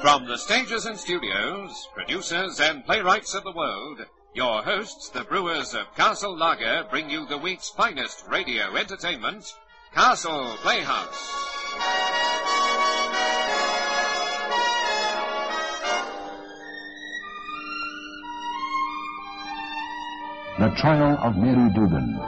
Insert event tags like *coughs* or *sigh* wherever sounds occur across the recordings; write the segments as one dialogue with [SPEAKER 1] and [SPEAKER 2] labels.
[SPEAKER 1] From the stages and studios, producers and playwrights of the world, your hosts, the brewers of Castle Lager, bring you the week's finest radio entertainment, Castle Playhouse.
[SPEAKER 2] The Trial of Mary Dugan.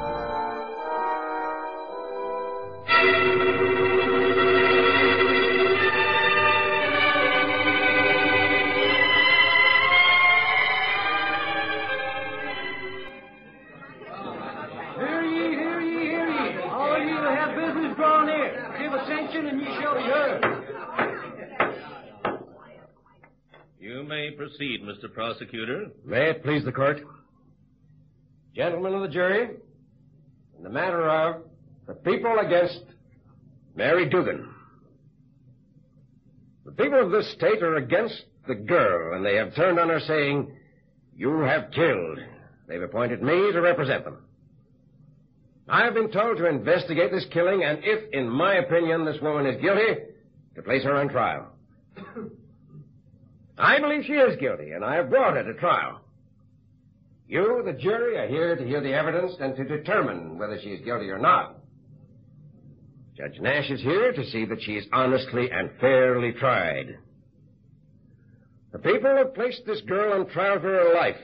[SPEAKER 3] Hear ye, hear ye, hear ye. All ye that have business draw near. Give attention and ye shall be heard.
[SPEAKER 4] You may proceed, Mr. Prosecutor.
[SPEAKER 5] May it please the court. Gentlemen of the jury, in the matter of the people against Mary Dugan. The people of this state are against the girl, and they have turned on her saying, You have killed. They've appointed me to represent them. I have been told to investigate this killing, and if, in my opinion, this woman is guilty, to place her on trial. I believe she is guilty, and I have brought her to trial. You, the jury, are here to hear the evidence and to determine whether she is guilty or not. Judge Nash is here to see that she is honestly and fairly tried. The people have placed this girl on trial for her life.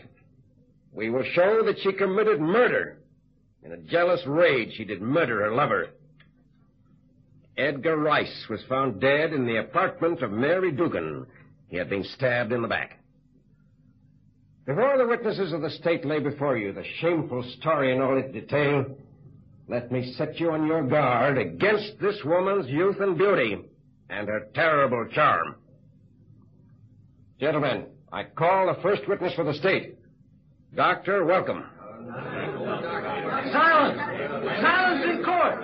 [SPEAKER 5] We will show that she committed murder. In a jealous rage, she did murder her lover. Edgar Rice was found dead in the apartment of Mary Dugan. He had been stabbed in the back. Before the witnesses of the state lay before you the shameful story in all its detail, let me set you on your guard against this woman's youth and beauty and her terrible charm. Gentlemen, I call the first witness for the state. Doctor, welcome.
[SPEAKER 3] Silence! Silence in court!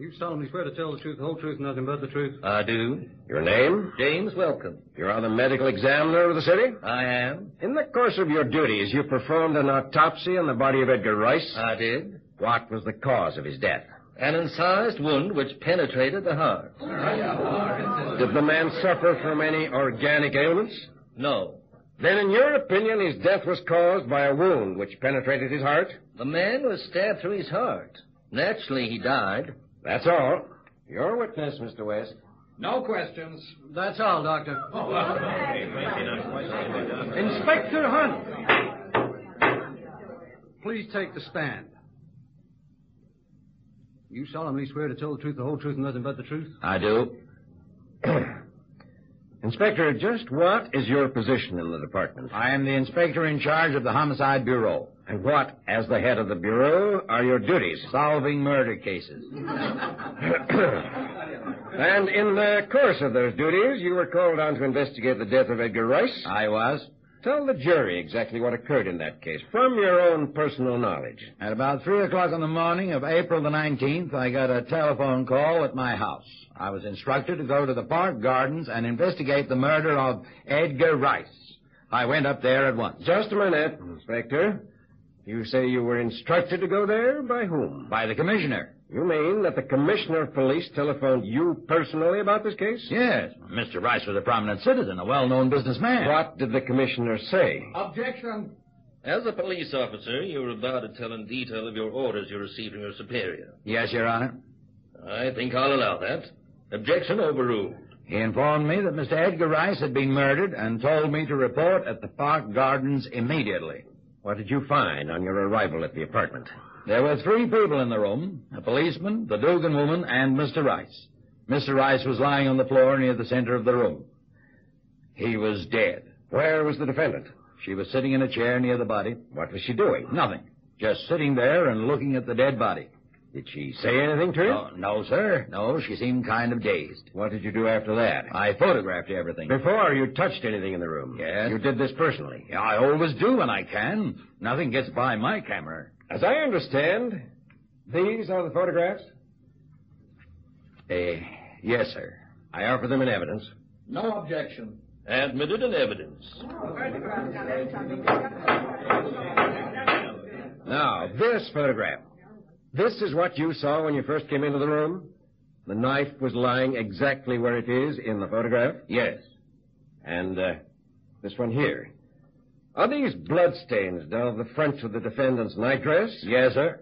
[SPEAKER 6] You solemnly swear to tell the truth, the whole truth, and nothing but the truth.
[SPEAKER 4] I do.
[SPEAKER 5] Your name?
[SPEAKER 4] James, welcome.
[SPEAKER 5] You're on the medical examiner of the city?
[SPEAKER 4] I am.
[SPEAKER 5] In the course of your duties, you performed an autopsy on the body of Edgar Rice.
[SPEAKER 4] I did.
[SPEAKER 5] what was the cause of his death?
[SPEAKER 4] An incised wound which penetrated the heart.
[SPEAKER 5] Did the man suffer from any organic ailments?
[SPEAKER 4] No.
[SPEAKER 5] Then, in your opinion, his death was caused by a wound which penetrated his heart?
[SPEAKER 4] The man was stabbed through his heart. Naturally, he died.
[SPEAKER 5] That's all. Your witness, Mr. West.
[SPEAKER 6] No questions. That's all, Doctor.
[SPEAKER 3] Inspector Hunt!
[SPEAKER 6] Please take the stand. You solemnly swear to tell the truth, the whole truth, and nothing but the truth?
[SPEAKER 5] I do. Inspector, just what is your position in the department?
[SPEAKER 7] I am the inspector in charge of the Homicide Bureau,
[SPEAKER 5] And what, as the head of the Bureau, are your duties?
[SPEAKER 7] solving murder cases.
[SPEAKER 5] *coughs* And in the course of those duties, you were called on to investigate the death of Edgar Rice.
[SPEAKER 7] I was.
[SPEAKER 5] Tell the jury exactly what occurred in that case, from your own personal knowledge.
[SPEAKER 7] At about 3 o'clock in the morning of April the 19th, I got a telephone call at my house. I was instructed to go to the park gardens and investigate the murder of Edgar Rice. I went up there at once.
[SPEAKER 5] Just a minute, Inspector. You say you were instructed to go there? By whom?
[SPEAKER 7] By the commissioner.
[SPEAKER 5] You mean that the Commissioner of Police telephoned you personally about this case?
[SPEAKER 7] Yes, Mr. Rice was a prominent citizen, a well-known businessman.
[SPEAKER 5] What did the Commissioner say?
[SPEAKER 6] Objection.
[SPEAKER 4] As a police officer, you're about to tell in detail of your orders you received from your superior.
[SPEAKER 7] Yes, Your Honor.
[SPEAKER 4] I think I'll allow that. Objection overruled.
[SPEAKER 7] He informed me that Mr. Edgar Rice had been murdered and told me to report at the park gardens immediately.
[SPEAKER 5] What did you find on your arrival at the apartment?
[SPEAKER 7] There were three people in the room a policeman, the Dugan woman, and Mr. Rice. Mr. Rice was lying on the floor near the center of the room. He was dead.
[SPEAKER 5] Where was the defendant?
[SPEAKER 7] She was sitting in a chair near the body.
[SPEAKER 5] What was she doing?
[SPEAKER 7] Nothing. Just sitting there and looking at the dead body.
[SPEAKER 5] Did she say anything to you?
[SPEAKER 7] No, no, sir. No, she seemed kind of dazed.
[SPEAKER 5] What did you do after that?
[SPEAKER 7] I photographed everything.
[SPEAKER 5] Before you touched anything in the room.
[SPEAKER 7] Yes.
[SPEAKER 5] You did this personally.
[SPEAKER 7] Yeah, I always do when I can. Nothing gets by my camera.
[SPEAKER 5] As I understand, these are the photographs?
[SPEAKER 7] Eh, yes, sir.
[SPEAKER 5] I offer them in evidence.
[SPEAKER 6] No objection.
[SPEAKER 4] Admitted in evidence.
[SPEAKER 5] Now, this photograph. This is what you saw when you first came into the room? The knife was lying exactly where it is in the photograph?
[SPEAKER 7] Yes.
[SPEAKER 5] And uh, this one here. Are these bloodstains down the front of the defendant's nightdress?
[SPEAKER 7] Yes, sir.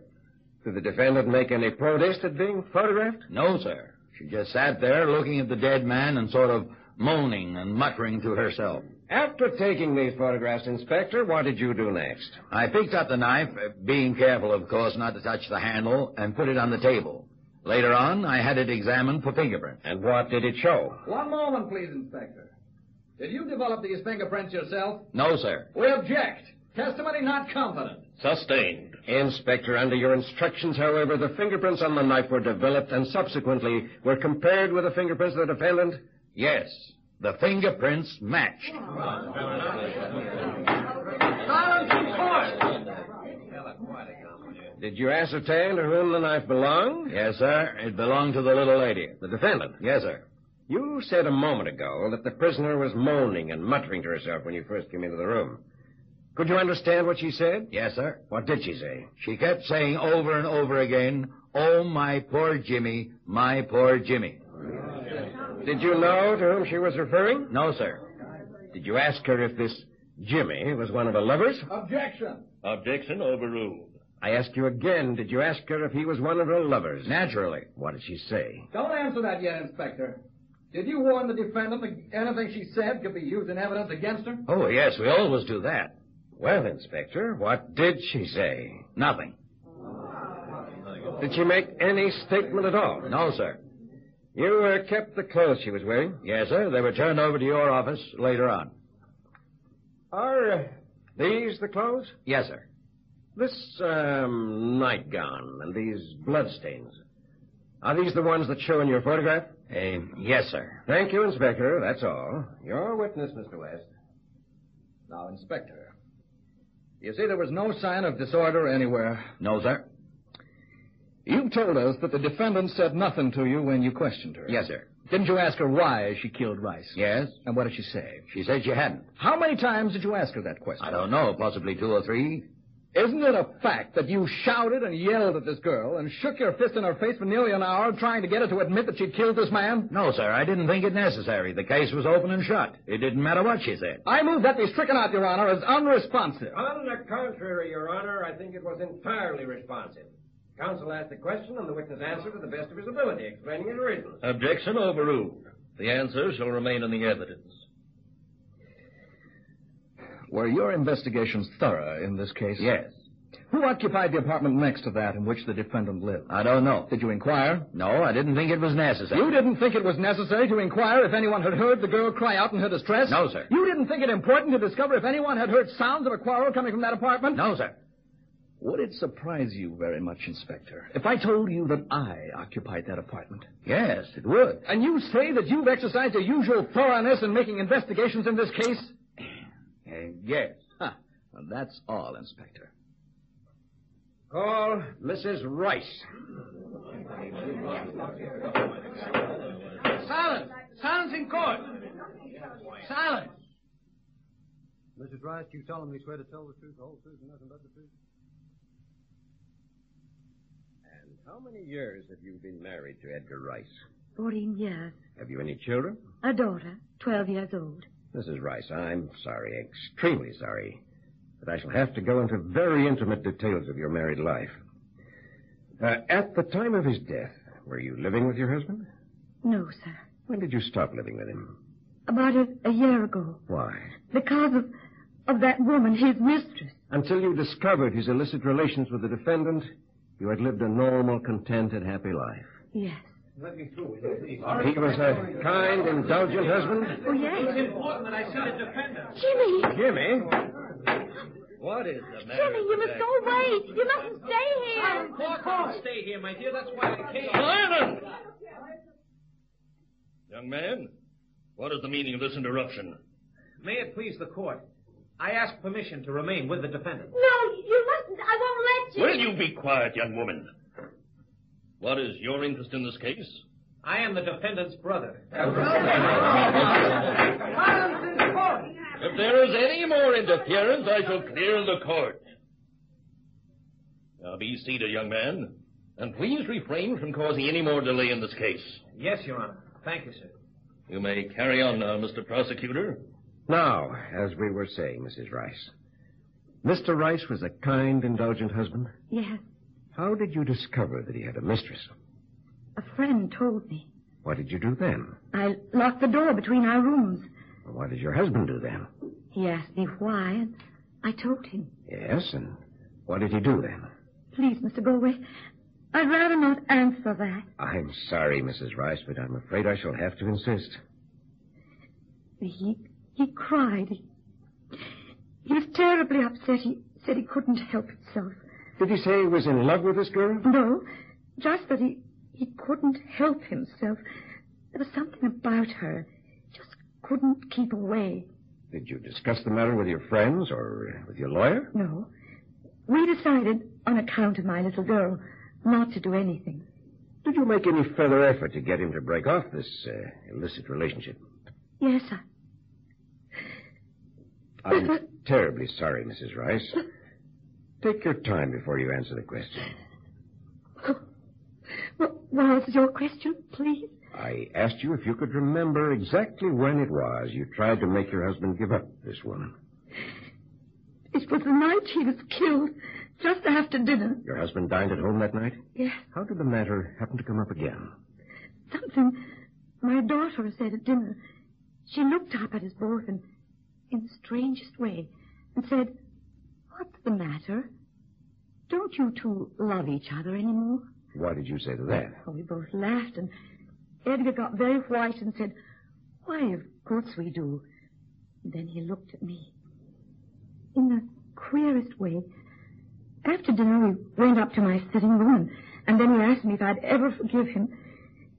[SPEAKER 5] Did the defendant make any protest at being photographed?
[SPEAKER 7] No, sir. She just sat there looking at the dead man and sort of moaning and muttering to herself.
[SPEAKER 5] After taking these photographs, Inspector, what did you do next?
[SPEAKER 7] I picked up the knife, uh, being careful, of course, not to touch the handle, and put it on the table. Later on, I had it examined for fingerprints.
[SPEAKER 5] And what did it show?
[SPEAKER 6] One moment, please, Inspector. Did you develop these fingerprints yourself?
[SPEAKER 7] No, sir.
[SPEAKER 6] We object. Testimony not competent.
[SPEAKER 4] Sustained.
[SPEAKER 5] Inspector, under your instructions, however, the fingerprints on the knife were developed and subsequently were compared with the fingerprints of the defendant.
[SPEAKER 7] Yes. The fingerprints matched.
[SPEAKER 3] Silence and force.
[SPEAKER 5] Did you ascertain to whom the knife belonged?
[SPEAKER 7] Yes, sir. It belonged to the little lady.
[SPEAKER 5] The defendant.
[SPEAKER 7] Yes, sir.
[SPEAKER 5] You said a moment ago that the prisoner was moaning and muttering to herself when you first came into the room. Could you understand what she said?
[SPEAKER 7] Yes, sir.
[SPEAKER 5] What did she say?
[SPEAKER 7] She kept saying over and over again, Oh, my poor Jimmy, my poor Jimmy.
[SPEAKER 5] Did you know to whom she was referring?
[SPEAKER 7] No, sir.
[SPEAKER 5] Did you ask her if this Jimmy was one of her lovers?
[SPEAKER 6] Objection.
[SPEAKER 4] Objection overruled.
[SPEAKER 5] I ask you again, did you ask her if he was one of her lovers?
[SPEAKER 7] Naturally.
[SPEAKER 5] What did she say?
[SPEAKER 6] Don't answer that yet, Inspector. Did you warn the defendant that anything she said could be used in evidence against her?
[SPEAKER 7] Oh, yes, we always do that.
[SPEAKER 5] Well, Inspector, what did she say?
[SPEAKER 7] Nothing.
[SPEAKER 5] Did she make any statement at all?
[SPEAKER 7] No, sir.
[SPEAKER 5] You uh, kept the clothes she was wearing.
[SPEAKER 7] Yes, sir. They were turned over to your office later on.
[SPEAKER 5] Are uh, these the clothes?
[SPEAKER 7] Yes, sir.
[SPEAKER 5] This um, nightgown and these bloodstains. Are these the ones that show in your photograph?
[SPEAKER 7] Eh, yes, sir.
[SPEAKER 5] Thank you, Inspector. That's all. Your witness, Mr. West.
[SPEAKER 6] Now, Inspector, you see there was no sign of disorder anywhere.
[SPEAKER 7] No, sir.
[SPEAKER 6] You've told us that the defendant said nothing to you when you questioned her.
[SPEAKER 7] Yes, sir.
[SPEAKER 6] Didn't you ask her why she killed Rice?
[SPEAKER 7] Yes?
[SPEAKER 6] And what did she say?
[SPEAKER 7] She said she hadn't.
[SPEAKER 6] How many times did you ask her that question?
[SPEAKER 7] I don't know, possibly two or three.
[SPEAKER 6] Isn't it a fact that you shouted and yelled at this girl and shook your fist in her face for nearly an hour trying to get her to admit that she'd killed this man?
[SPEAKER 7] No, sir. I didn't think it necessary. The case was open and shut. It didn't matter what she said.
[SPEAKER 6] I move that be stricken out, Your Honor, as unresponsive.
[SPEAKER 5] On the contrary, Your Honor, I think it was entirely responsive. Counsel asked the question, and the witness answered to the best of his ability, explaining his reasons.
[SPEAKER 4] Objection overruled. The answer shall remain in the evidence.
[SPEAKER 6] Were your investigations thorough in this case?
[SPEAKER 7] Yes.
[SPEAKER 6] Who occupied the apartment next to that in which the defendant lived?
[SPEAKER 7] I don't know.
[SPEAKER 6] Did you inquire?
[SPEAKER 7] No, I didn't think it was necessary.
[SPEAKER 6] You didn't think it was necessary to inquire if anyone had heard the girl cry out in her distress?
[SPEAKER 7] No, sir.
[SPEAKER 6] You didn't think it important to discover if anyone had heard sounds of a quarrel coming from that apartment?
[SPEAKER 7] No, sir.
[SPEAKER 8] Would it surprise you very much, Inspector, if I told you that I occupied that apartment?
[SPEAKER 7] Yes, it would.
[SPEAKER 6] And you say that you've exercised your usual thoroughness in making investigations in this case?
[SPEAKER 7] Uh, yes.
[SPEAKER 8] Eh, Huh. Well, that's all, Inspector.
[SPEAKER 5] Call Mrs. Rice.
[SPEAKER 3] Silence. Silence in court. Silence.
[SPEAKER 6] Mrs. Rice, do you solemnly swear to tell the truth, the whole truth, and nothing but the truth?
[SPEAKER 5] And how many years have you been married to Edgar Rice?
[SPEAKER 9] 14 years.
[SPEAKER 5] Have you any children?
[SPEAKER 9] A daughter, 12 years old.
[SPEAKER 5] Mrs. Rice, I'm sorry, extremely sorry, but I shall have to go into very intimate details of your married life. Uh, at the time of his death, were you living with your husband?
[SPEAKER 9] No, sir.
[SPEAKER 5] When did you stop living with him?
[SPEAKER 9] About a, a year ago.
[SPEAKER 5] Why?
[SPEAKER 9] Because of, of that woman, his mistress.
[SPEAKER 5] Until you discovered his illicit relations with the defendant, you had lived a normal, content, and happy life.
[SPEAKER 9] Yes.
[SPEAKER 5] He was a kind, indulgent husband.
[SPEAKER 9] Oh, yes.
[SPEAKER 3] Important that I see the defendant.
[SPEAKER 9] Jimmy!
[SPEAKER 5] Jimmy?
[SPEAKER 4] What is the matter?
[SPEAKER 9] Jimmy, you must go away. You mustn't stay here.
[SPEAKER 3] I can't stay here, my dear. That's why I came.
[SPEAKER 4] Silence! Young man, what is the meaning of this interruption?
[SPEAKER 3] May it please the court. I ask permission to remain with the defendant.
[SPEAKER 9] No, you mustn't. I won't let you.
[SPEAKER 4] Will you be quiet, young woman? What is your interest in this case?
[SPEAKER 3] I am the defendant's brother.
[SPEAKER 4] If there is any more interference, I shall clear the court. Now be seated, young man, and please refrain from causing any more delay in this case.
[SPEAKER 3] Yes, Your Honor. Thank you, sir.
[SPEAKER 4] You may carry on now, Mr. Prosecutor.
[SPEAKER 5] Now, as we were saying, Mrs. Rice, Mr. Rice was a kind, indulgent husband.
[SPEAKER 9] Yes,
[SPEAKER 5] How did you discover that he had a mistress?
[SPEAKER 9] a friend told me.
[SPEAKER 5] What did you do then?
[SPEAKER 9] I locked the door between our rooms.
[SPEAKER 5] And What did your husband do then?
[SPEAKER 9] He asked me why, and I told him.
[SPEAKER 5] Yes, and what did he do then?
[SPEAKER 9] Please, Mr. Galway, I'd rather not answer that.
[SPEAKER 5] I'm sorry, Mrs. Rice, but I'm afraid I shall have to insist.
[SPEAKER 9] He he cried. He, he was terribly upset. He said he couldn't help himself.
[SPEAKER 5] Did he say he was in love with this girl?
[SPEAKER 9] No, just that he he couldn't help himself. There was something about her. Just couldn't keep away.
[SPEAKER 5] Did you discuss the matter with your friends or uh, with your lawyer?
[SPEAKER 9] No. We decided, on account of my little girl, not to do anything.
[SPEAKER 5] Did you make any further effort to get him to break off this uh, illicit relationship?
[SPEAKER 9] Yes, I,
[SPEAKER 5] I'm terribly sorry, Mrs. Rice. Take your time before you answer the question.
[SPEAKER 9] What was your question, please?
[SPEAKER 5] I asked you if you could remember exactly when it was you tried to make your husband give up this woman.
[SPEAKER 9] It was the night he was killed, just after dinner.
[SPEAKER 5] Your husband dined at home that night?
[SPEAKER 9] Yes,
[SPEAKER 5] How did the matter happen to come up again?
[SPEAKER 9] something my daughter said at dinner. She looked up at us both and, in the strangest way and said, What's the matter? Don't you two love each other anymore?
[SPEAKER 5] What did you say to that?
[SPEAKER 9] Oh, we both laughed, and Edgar got very white and said, Why, of course we do. And then he looked at me. In the queerest way. After dinner, we went up to my sitting room, and then he asked me if I'd ever forgive him.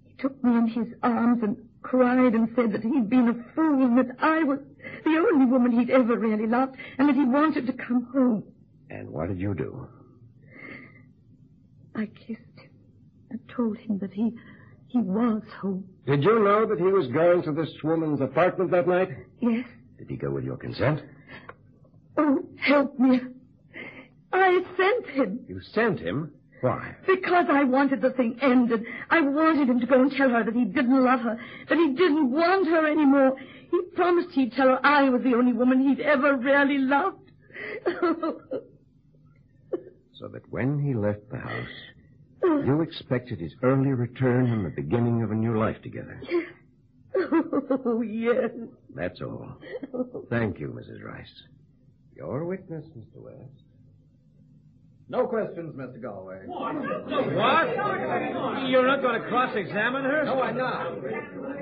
[SPEAKER 9] He took me in his arms and cried and said that he'd been a fool, and that I was the only woman he'd ever really loved, and that he wanted to come home.
[SPEAKER 5] And what did you do?
[SPEAKER 9] I kissed him and told him that he, he was home.
[SPEAKER 5] Did you know that he was going to this woman's apartment that night?
[SPEAKER 9] Yes,
[SPEAKER 5] Did he go with your consent?
[SPEAKER 9] Oh, help me. I sent him
[SPEAKER 5] You sent him? Why?
[SPEAKER 9] because I wanted the thing ended. I wanted him to go and tell her that he didn't love her, that he didn't want her anymore. He promised he'd tell her I was the only woman he'd ever really loved.
[SPEAKER 5] So that when he left the house, you expected his early return and the beginning of a new life together.
[SPEAKER 9] oh, yes.
[SPEAKER 5] That's all. Thank you, Mrs. Rice. Your witness, Mr. West.
[SPEAKER 7] No questions, Mr. Galway.
[SPEAKER 3] What? You're not going to cross-examine her? No, I'm not.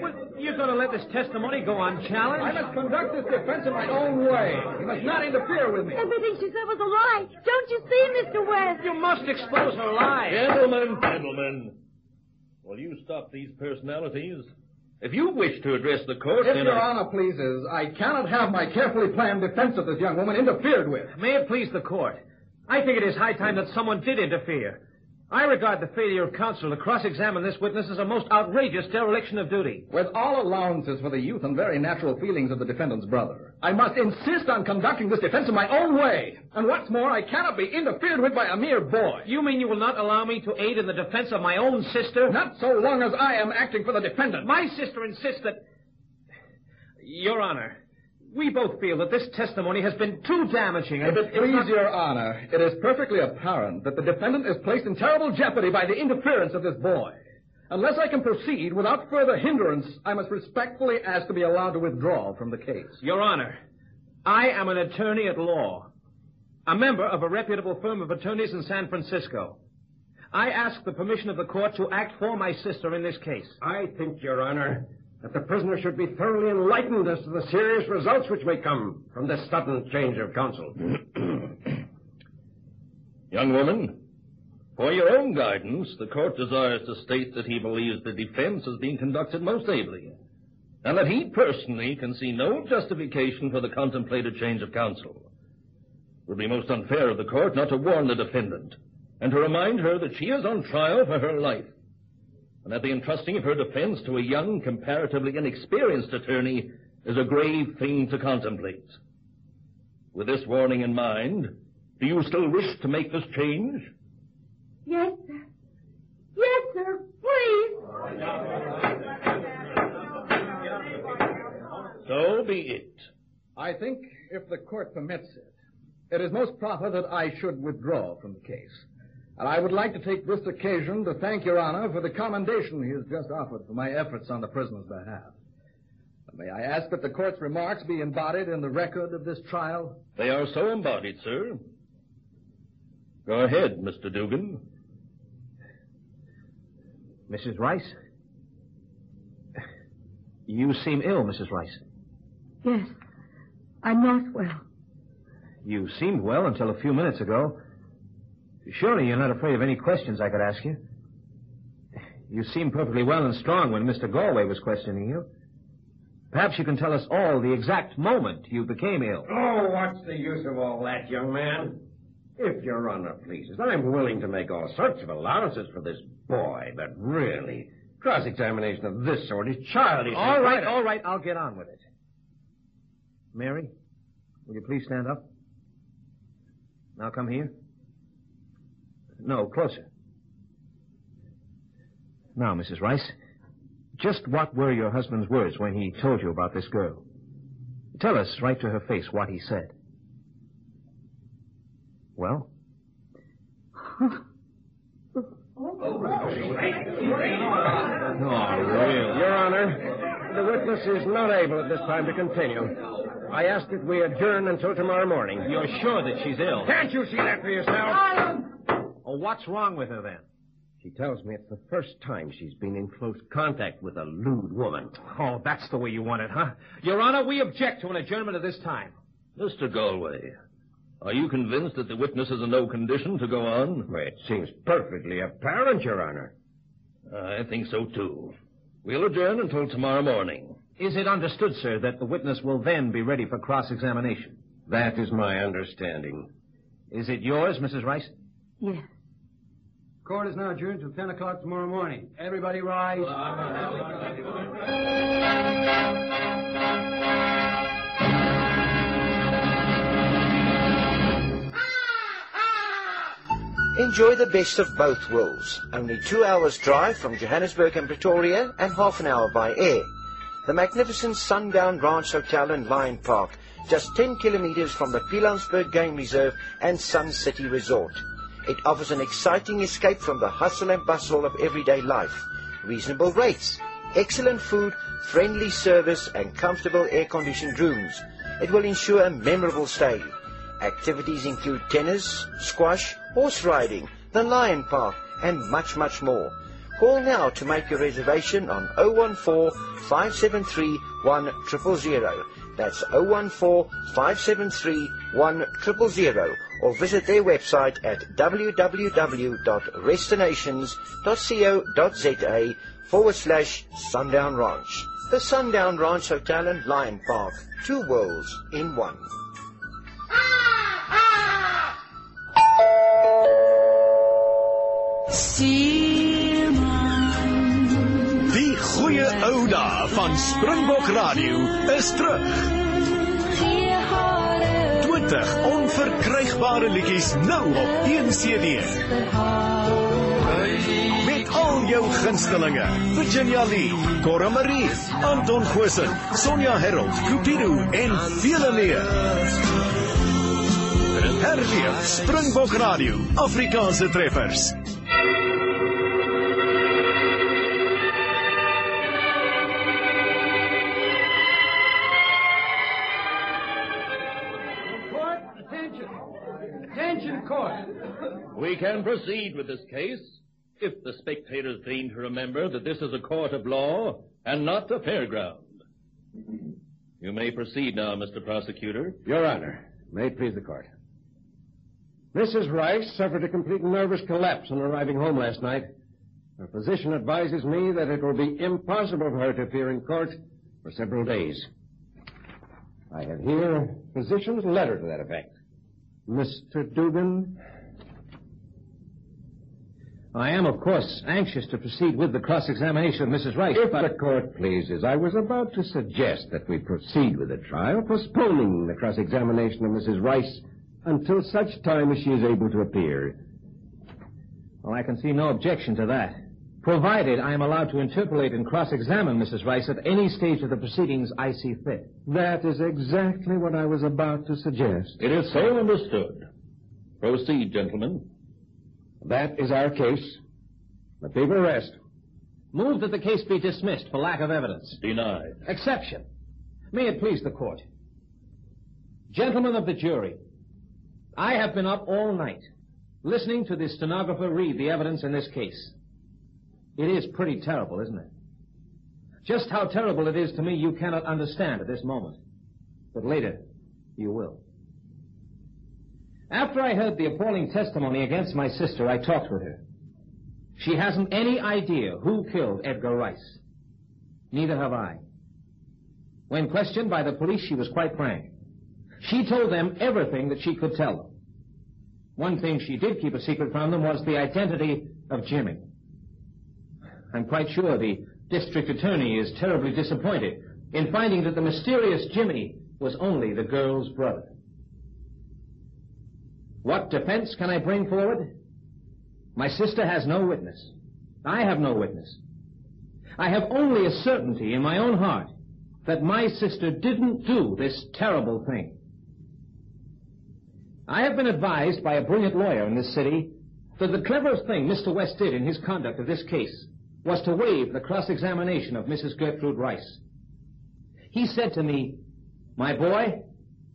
[SPEAKER 3] What? You're going to let this testimony go unchallenged?
[SPEAKER 7] I must conduct this defense in my own way. You must not interfere with me.
[SPEAKER 9] Everything she said was a lie. Don't you see, Mr. West?
[SPEAKER 3] You must expose her lie.
[SPEAKER 4] Gentlemen, gentlemen, will you stop these personalities? If you wish to address the court,
[SPEAKER 7] If
[SPEAKER 4] then
[SPEAKER 7] Your
[SPEAKER 4] I-
[SPEAKER 7] Honor pleases, I cannot have my carefully planned defense of this young woman interfered with.
[SPEAKER 3] May it please the court. I think it is high time that someone did interfere. I regard the failure of counsel to cross-examine this witness as a most outrageous dereliction of duty.
[SPEAKER 7] With all allowances for the youth and very natural feelings of the defendant's brother, I must insist on conducting this defense in my own way. And what's more, I cannot be interfered with by a mere boy.
[SPEAKER 3] You mean you will not allow me to aid in the defense of my own sister?
[SPEAKER 7] Not so long as I am acting for the defendant.
[SPEAKER 3] My sister insists that. Your Honor, we both feel that this testimony has been too damaging.
[SPEAKER 7] If it please your honor, it is perfectly apparent that the defendant is placed in terrible jeopardy by the interference of this boy. Unless I can proceed without further hindrance, I must respectfully ask to be allowed to withdraw from the case.
[SPEAKER 3] Your Honor, I am an attorney at law, a member of a reputable firm of attorneys in San Francisco. I ask the permission of the court to act for my sister in this case.
[SPEAKER 5] I think, Your Honor, that the prisoner should be thoroughly enlightened as to the serious results which may come from this sudden change of counsel.
[SPEAKER 4] Young woman, for your own guidance, the court desires to state that he believes the defense has been conducted most ably, and that he personally can see no justification for the contemplated change of counsel. It would be most unfair of the court not to warn the defendant and to remind her that she is on trial for her life, and that the entrusting of her defense to a young, comparatively inexperienced attorney is a grave thing to contemplate. With this warning in mind, do you still wish to make this change?
[SPEAKER 10] Yes, sir. Yes, sir. Please.
[SPEAKER 4] So be it.
[SPEAKER 6] I think, if the court permits it, it is most proper that I should withdraw from the case. And I would like to take this occasion to thank Your Honor for the commendation he has just offered for my efforts on the prisoner's behalf. And may I ask that the court's remarks be embodied in the record of this trial?
[SPEAKER 4] They are so embodied, sir. Go ahead, Mr. Dugan.
[SPEAKER 11] Mrs. Rice? You seem ill, Mrs. Rice.
[SPEAKER 9] Yes, I'm not well.
[SPEAKER 11] You seemed well until a few minutes ago. Surely you're not afraid of any questions I could ask you. You seemed perfectly well and strong when Mr. Galway was questioning you. Perhaps you can tell us all the exact moment you became ill.
[SPEAKER 5] Oh, what's the use of all that, young man? If your honor pleases, I'm willing to make all sorts of allowances for this boy, but really, cross-examination of this sort is childish.
[SPEAKER 11] All right, all right, I'll get on with it. Mary, will you please stand up? Now come here. No, closer. Now, Mrs. Rice, just what were your husband's words when he told you about this girl? Tell us right to her face what he said. *laughs* Well?
[SPEAKER 5] Oh, really? Your Honor, the witness is not able at this time to continue. I ask that we adjourn until tomorrow morning.
[SPEAKER 11] You're sure that she's ill?
[SPEAKER 5] Can't you see that for yourself?
[SPEAKER 10] Silence.
[SPEAKER 11] Oh, what's wrong with her then?
[SPEAKER 5] She tells me it's the first time she's been in close contact with a lewd woman.
[SPEAKER 11] Oh, that's the way you want it, huh? Your Honor, we object to an adjournment of this time.
[SPEAKER 4] Mr. Galway, are you convinced that the witness is in no condition to go on?
[SPEAKER 5] Well, it seems perfectly apparent, Your Honor.
[SPEAKER 4] I think so, too. We'll adjourn until tomorrow morning.
[SPEAKER 11] Is it understood, sir, that the witness will then be ready for cross examination?
[SPEAKER 5] That is my understanding.
[SPEAKER 11] Is it yours, Mrs. Rice?
[SPEAKER 9] Yes.
[SPEAKER 12] Court is now adjourned till 10 o'clock tomorrow morning. Everybody rise.
[SPEAKER 13] Enjoy the best of both worlds. Only two hours drive from Johannesburg and Pretoria and half an hour by air. The magnificent Sundown Ranch Hotel and Lion Park, just 10 kilometers from the Pilansberg Game Reserve and Sun City Resort. It offers an exciting escape from the hustle and bustle of everyday life. Reasonable rates, excellent food, friendly service, and comfortable air-conditioned rooms. It will ensure a memorable stay. Activities include tennis, squash, horse riding, the lion park, and much, much more. Call now to make your reservation on 014-573-1000. That's 014-573-1000 or visit their website at www.restinations.co.za forward slash Sundown Ranch. The Sundown Ranch Hotel and Lion Park, two worlds in one.
[SPEAKER 14] Die goeie ou dae van Springbok Radio is terug. 20 onverkrygbare liedjies nou op een CD. Met al jou gunstelinge, Virginia Lee, Cora Marie, Anton Goosen, Sonja Herold, Cupido en vele meer. Herleef Springbok Radio, Afrikaanse treffers.
[SPEAKER 12] Court, attention. Attention, court.
[SPEAKER 4] We can proceed with this case if the spectators deign to remember that this is a court of law and not a fairground. You may proceed now, Mr. Prosecutor.
[SPEAKER 5] Your Honor, may it please the court.
[SPEAKER 15] Mrs. Rice suffered a complete nervous collapse on arriving home last night. Her physician advises me that it will be impossible for her to appear in court for several days. I have here physician's letter to that effect. Mr. Dugan?
[SPEAKER 16] I am, of course, anxious to proceed with the cross-examination of Mrs. Rice,
[SPEAKER 17] If
[SPEAKER 16] but...
[SPEAKER 17] the court pleases, I was about to suggest that we proceed with the trial, postponing the cross-examination of Mrs. Rice until such time as she is able to appear.
[SPEAKER 16] Well, I can see no objection to that. Provided I am allowed to interpolate and cross-examine Mrs. Rice at any stage of the proceedings I see fit.
[SPEAKER 17] That is exactly what I was about to suggest.
[SPEAKER 4] It is so understood. Proceed, gentlemen.
[SPEAKER 17] That is our case. But they will rest.
[SPEAKER 4] Move that the case be dismissed for lack of evidence. Denied.
[SPEAKER 5] Exception. May it please the court. Gentlemen of the jury, I have been up all night listening to the stenographer read the evidence in this case. It is pretty terrible, isn't it? Just how terrible it is to me, you cannot understand at this moment. But later, you will. After I heard the appalling testimony against my sister, I talked with her. She hasn't any idea who killed Edgar Rice. Neither have I. When questioned by the police, she was quite frank. She told them everything that she could tell them. One thing she did keep a secret from them was the identity of Jimmy. I'm quite sure the district attorney is terribly disappointed in finding that the mysterious Jimmy was only the girl's brother. What defense can I bring forward? My sister has no witness. I have no witness. I have only a certainty in my own heart that my sister didn't do this terrible thing. I have been advised by a brilliant lawyer in this city that the cleverest thing Mr. West did in his conduct of this case was to waive the cross-examination of Mrs. Gertrude Rice. He said to me, my boy,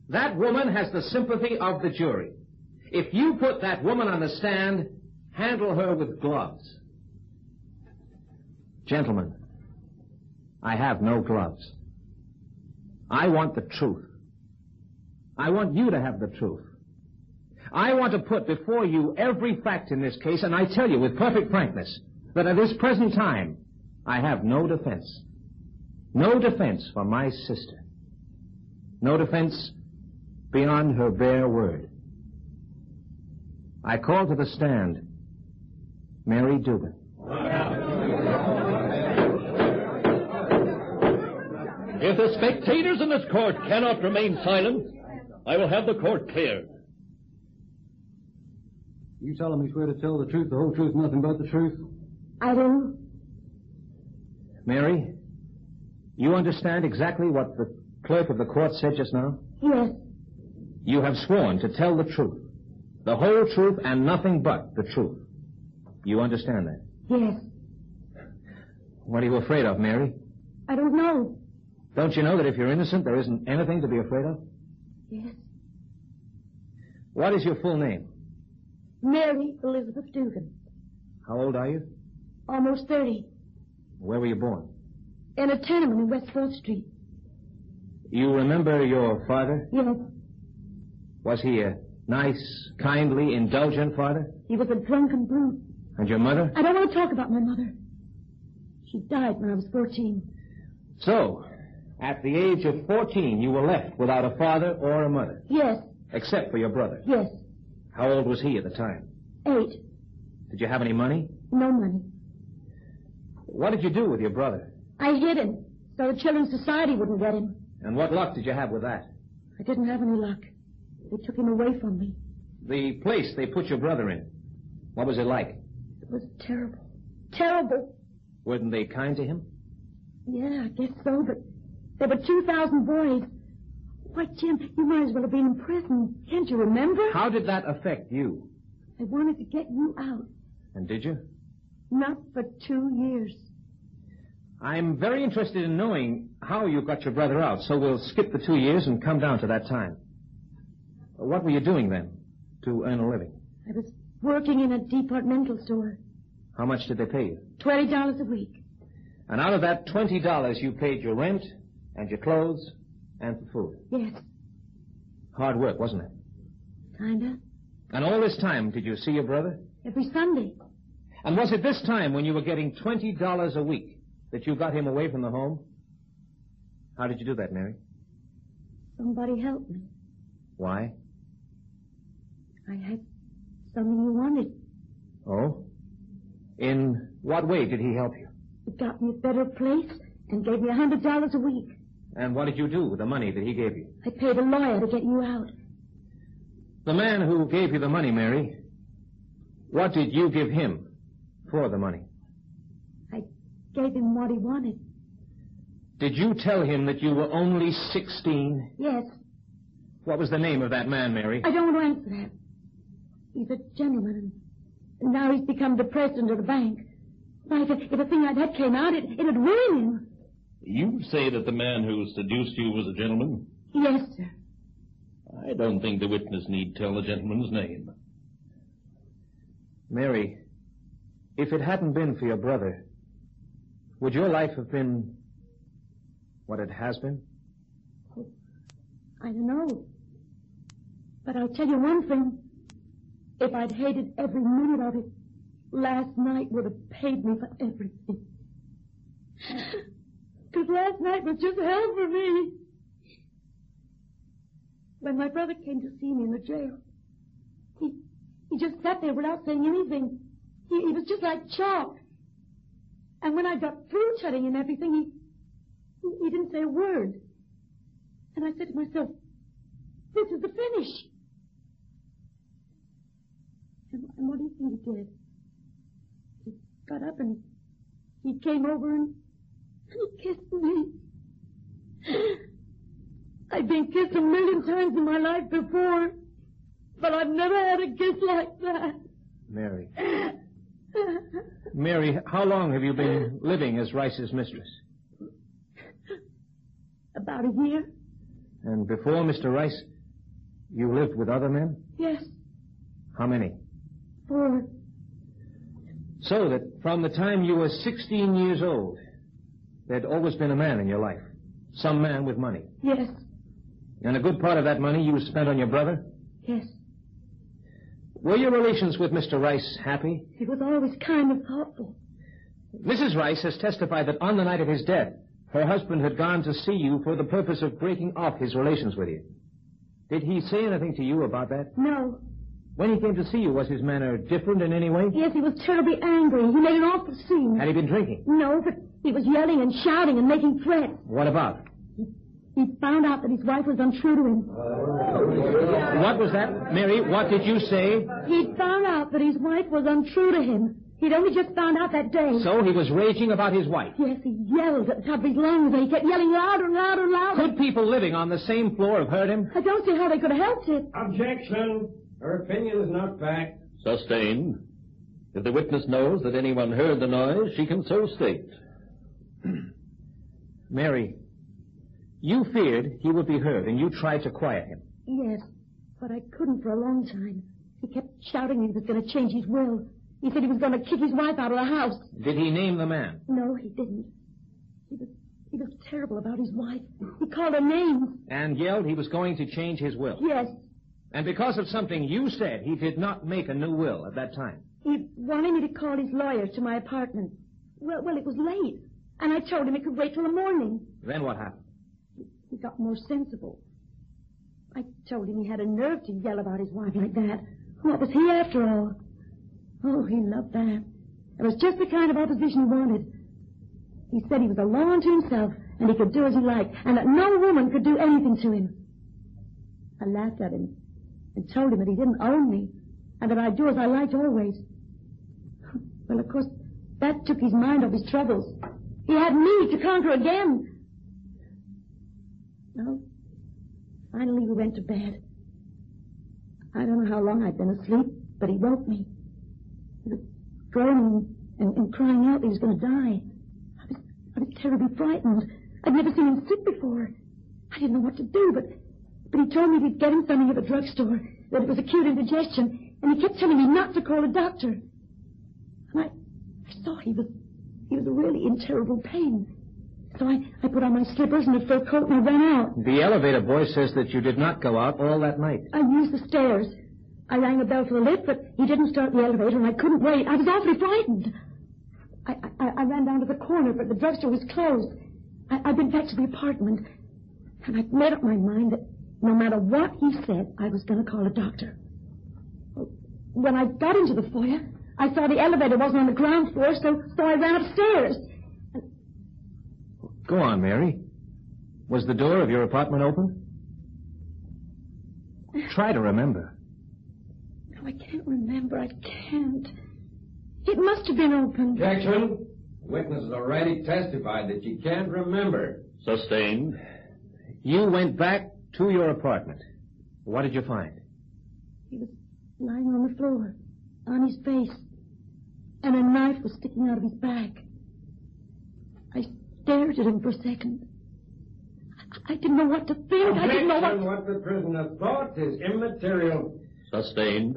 [SPEAKER 5] that woman has the sympathy of the jury. If you put that woman on the stand, handle her with gloves. Gentlemen, I have no gloves. I want the truth. I want you to have the truth. I want to put before you every fact in this case, and I tell you with perfect frankness that at this present time, I have no defense. No defense for my sister. No defense beyond her bare word. I call to the stand Mary Dugan.
[SPEAKER 4] If the spectators in this court cannot remain silent, I will have the court cleared.
[SPEAKER 15] You solemnly swear to tell the truth, the whole truth, nothing but the truth?
[SPEAKER 9] I do.
[SPEAKER 4] Mary, you understand exactly what the clerk of the court said just now?
[SPEAKER 9] Yes.
[SPEAKER 4] You have sworn to tell the truth, the whole truth, and nothing but the truth. You understand that?
[SPEAKER 9] Yes.
[SPEAKER 4] What are you afraid of, Mary?
[SPEAKER 9] I don't know.
[SPEAKER 4] Don't you know that if you're innocent, there isn't anything to be afraid of?
[SPEAKER 9] Yes.
[SPEAKER 4] What is your full name?
[SPEAKER 9] Mary Elizabeth Dugan,
[SPEAKER 4] How old are you?
[SPEAKER 9] almost 30,
[SPEAKER 4] Where were you born?
[SPEAKER 9] in a tenement in West 4th Street.
[SPEAKER 4] You remember your father?
[SPEAKER 9] Yes.
[SPEAKER 4] Was he a nice, kindly, indulgent father?
[SPEAKER 9] He was a drunken brute.
[SPEAKER 4] And your mother?
[SPEAKER 9] I don't want to talk about my mother. She died when I was 14.
[SPEAKER 4] So, at the age of 14, you were left without a father or a mother,
[SPEAKER 9] Yes,
[SPEAKER 4] except for your brother.
[SPEAKER 9] yes,
[SPEAKER 4] How old was he at the time?
[SPEAKER 9] eight.
[SPEAKER 4] Did you have any money?
[SPEAKER 9] No money.
[SPEAKER 4] What did you do with your brother?
[SPEAKER 9] I hid him so the Children's Society wouldn't get him.
[SPEAKER 4] And what luck did you have with that?
[SPEAKER 9] I didn't have any luck. They took him away from me.
[SPEAKER 4] The place they put your brother in. What was it like?
[SPEAKER 9] It was terrible. Terrible.
[SPEAKER 4] Weren't they kind to him?
[SPEAKER 9] Yeah, I guess so, but there were 2,000 boys. Why, Jim, you might as well have been in prison. Can't you remember?
[SPEAKER 4] How did that affect you?
[SPEAKER 9] I wanted to get you out.
[SPEAKER 4] And did you?
[SPEAKER 9] Not for two years.
[SPEAKER 4] I'm very interested in knowing how you got your brother out, so we'll skip the two years and come down to that time. What were you doing then to earn a living?
[SPEAKER 9] I was working in a departmental store.
[SPEAKER 4] How much did they pay you?
[SPEAKER 9] $20 a week.
[SPEAKER 4] And out of that $20, you paid your rent and your clothes and for food.
[SPEAKER 9] Yes,
[SPEAKER 4] Hard work, wasn't it?
[SPEAKER 9] kinda.
[SPEAKER 4] And all this time, did you see your brother?
[SPEAKER 9] Every Sunday.
[SPEAKER 4] And was it this time when you were getting $20 a week that you got him away from the home? How did you do that, Mary?
[SPEAKER 9] Somebody helped me.
[SPEAKER 4] Why?
[SPEAKER 9] I had something you wanted.
[SPEAKER 4] Oh? In what way did he help you?
[SPEAKER 9] It got me a better place and gave me a hundred dollars a week.
[SPEAKER 4] And what did you do with the money that he gave you?
[SPEAKER 9] I paid a lawyer to get you out.
[SPEAKER 4] The man who gave you the money, Mary, what did you give him for the money?
[SPEAKER 9] I gave him what he wanted.
[SPEAKER 4] Did you tell him that you were only 16?
[SPEAKER 9] Yes.
[SPEAKER 4] What was the name of that man, Mary?
[SPEAKER 9] I don't want to answer that. He's a gentleman, and now he's become the president of the bank. Why, if a, if a thing like that came out, it, it'd ruin him.
[SPEAKER 18] You say that the man who seduced you was a gentleman?
[SPEAKER 9] Yes, sir.
[SPEAKER 18] I don't think the witness need tell the gentleman's name.
[SPEAKER 4] Mary, if it hadn't been for your brother, would your life have been what it has been?
[SPEAKER 9] I don't know. But I'll tell you one thing. If I'd hated every minute of it, last night would have paid me for everything. Because last night was just hell for me. When my brother came to see me in the jail, he, he just sat there without saying anything. He, he was just like chalk. And when I got through chatting and everything, he, he, he didn't say a word. And I said to myself, this is the finish. And, and what do you think he did? He got up and he came over and he kissed me. I've been kissed a million times in my life before, but I've never had a kiss like that.
[SPEAKER 4] Mary. Mary, how long have you been living as Rice's mistress?
[SPEAKER 9] About a year?
[SPEAKER 4] And before Mr. Rice, you lived with other men?
[SPEAKER 9] Yes.
[SPEAKER 4] How many?
[SPEAKER 9] Four.
[SPEAKER 4] So that from the time you were 16 years old, there'd always been a man in your life. Some man with money.
[SPEAKER 9] Yes.
[SPEAKER 4] And a good part of that money you spent on your brother?
[SPEAKER 9] Yes.
[SPEAKER 4] Were your relations with Mr. Rice happy?
[SPEAKER 9] He was always kind and thoughtful.
[SPEAKER 4] Mrs. Rice has testified that on the night of his death, her husband had gone to see you for the purpose of breaking off his relations with you. Did he say anything to you about that?
[SPEAKER 9] No.
[SPEAKER 4] When he came to see you, was his manner different in any way?
[SPEAKER 9] Yes, he was terribly angry. He made an awful scene.
[SPEAKER 4] Had he been drinking?
[SPEAKER 9] No, but he was yelling and shouting and making threats.
[SPEAKER 4] What about?
[SPEAKER 9] He found out that his wife was untrue to him.
[SPEAKER 4] What was that? Mary, what did you say?
[SPEAKER 9] He'd found out that his wife was untrue to him. He'd only just found out that day.
[SPEAKER 4] So he was raging about his wife.
[SPEAKER 9] Yes, he yelled at the top of his lungs, and he kept yelling louder and louder and louder.
[SPEAKER 4] Could people living on the same floor have heard him?
[SPEAKER 9] I don't see how they could have helped it.
[SPEAKER 19] Objection. Her opinion is not fact.
[SPEAKER 18] Sustained. If the witness knows that anyone heard the noise, she can so state.
[SPEAKER 4] *clears throat* Mary, you feared he would be heard, and you tried to quiet him.
[SPEAKER 9] Yes, but I couldn't for a long time. He kept shouting he was going to change his will. He said he was going to kick his wife out of the house.
[SPEAKER 4] Did he name the man?
[SPEAKER 9] No, he didn't. He was, he was terrible about his wife. He called her names.
[SPEAKER 4] And yelled he was going to change his will.
[SPEAKER 9] Yes,
[SPEAKER 4] And because of something you said, he did not make a new will at that time.
[SPEAKER 9] he wanted me to call his lawyers to my apartment. Well, well, it was late, and I told him it could wait till the morning.
[SPEAKER 4] Then what happened?
[SPEAKER 9] He got more sensible. I told him he had a nerve to yell about his wife like that. What was he after all? Oh, he loved that. It was just the kind of opposition he wanted. He said he was a law unto himself, and he could do as he liked, and that no woman could do anything to him. I laughed at him and told him that he didn't own me, and that I'd do as I liked always. Well, of course, that took his mind off his troubles. He had me to conquer again. No, Finally, we went to bed. I don't know how long I'd been asleep, but he woke me. He was groaning and, and crying out that he was going to die. I was, I was terribly frightened. I'd never seen him sick before. I didn't know what to do, but, but he told me to get him something at the drugstore, that it was acute indigestion, and he kept telling me not to call a doctor. And I, I saw he was, he was really in terrible pain. So I, I put on my slippers and a fur coat and I ran out.
[SPEAKER 4] The elevator boy says that you did not go out all that night.
[SPEAKER 9] I used the stairs. I rang the bell for the lift, but he didn't start the elevator, and I couldn't wait. I was awfully frightened. I, I, I ran down to the corner, but the drugstore was closed. I, I went back to the apartment, and I'd made up my mind that no matter what he said, I was going to call a doctor. When I got into the foyer, I saw the elevator wasn't on the ground floor, so, so I ran upstairs.
[SPEAKER 20] Go on, Mary. Was the door of your apartment open? Try to remember.
[SPEAKER 9] No, I can't remember. I can't. It must have been open.
[SPEAKER 21] Objection. The witness has already testified that she can't remember.
[SPEAKER 22] Sustained.
[SPEAKER 20] You went back to your apartment. What did you find?
[SPEAKER 9] He was lying on the floor, on his face, and a knife was sticking out of his back. I stared at him for a second. I- I didn't know what to think. I didn't know what.
[SPEAKER 23] Objection. What the prisoner thought is immaterial.
[SPEAKER 22] Sustained.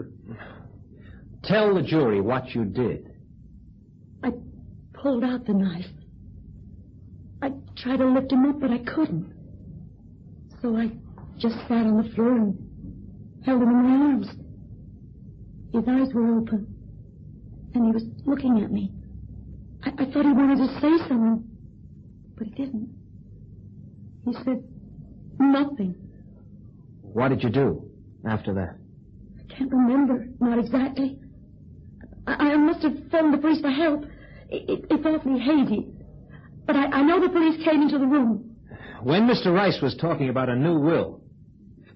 [SPEAKER 20] Tell the jury what you did.
[SPEAKER 9] pulled out the knife. I tried to lift him up, but I couldn't. So I just sat on the floor and held him in my arms. His eyes were open, and he was looking at me. I, I thought he wanted to say something, but he didn't. He said nothing.
[SPEAKER 20] What did you do after that?
[SPEAKER 9] I can't remember, not exactly. I, I must have phoned the police for help. It, it, it's awfully hazy. But I, I know the police came into the room.
[SPEAKER 20] When Mr. Rice was talking about a new will,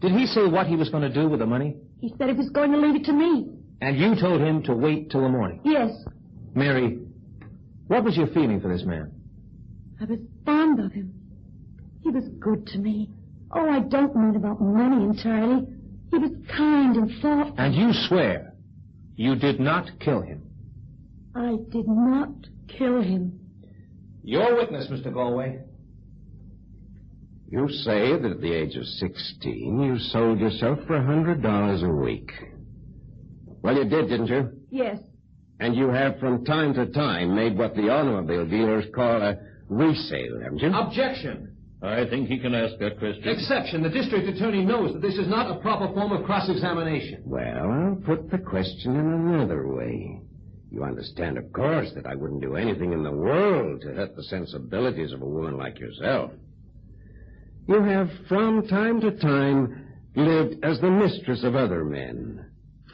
[SPEAKER 20] did he say what he was going to do with the money?
[SPEAKER 9] He said he was going to leave it to me.
[SPEAKER 20] And you told him to wait till the morning.
[SPEAKER 9] Yes,
[SPEAKER 20] Mary, what was your feeling for this man?
[SPEAKER 9] I was fond of him. He was good to me. Oh, I don't mean about money entirely. He was kind and thoughtful.
[SPEAKER 20] And you swear you did not kill him.
[SPEAKER 9] I did not kill him.
[SPEAKER 20] Your witness, Mr. Galway.
[SPEAKER 5] You say that at the age of 16, you sold yourself for $100 a week. Well, you did, didn't you?
[SPEAKER 9] Yes,
[SPEAKER 5] And you have from time to time made what the automobile dealers call a resale, haven't you?
[SPEAKER 4] Objection.
[SPEAKER 22] I think he can ask that question.
[SPEAKER 4] Exception. The district attorney knows that this is not a proper form of cross-examination.
[SPEAKER 5] Well, I'll put the question in another way. You understand, of course, that I wouldn't do anything in the world to hurt the sensibilities of a woman like yourself. You have, from time to time, lived as the mistress of other men.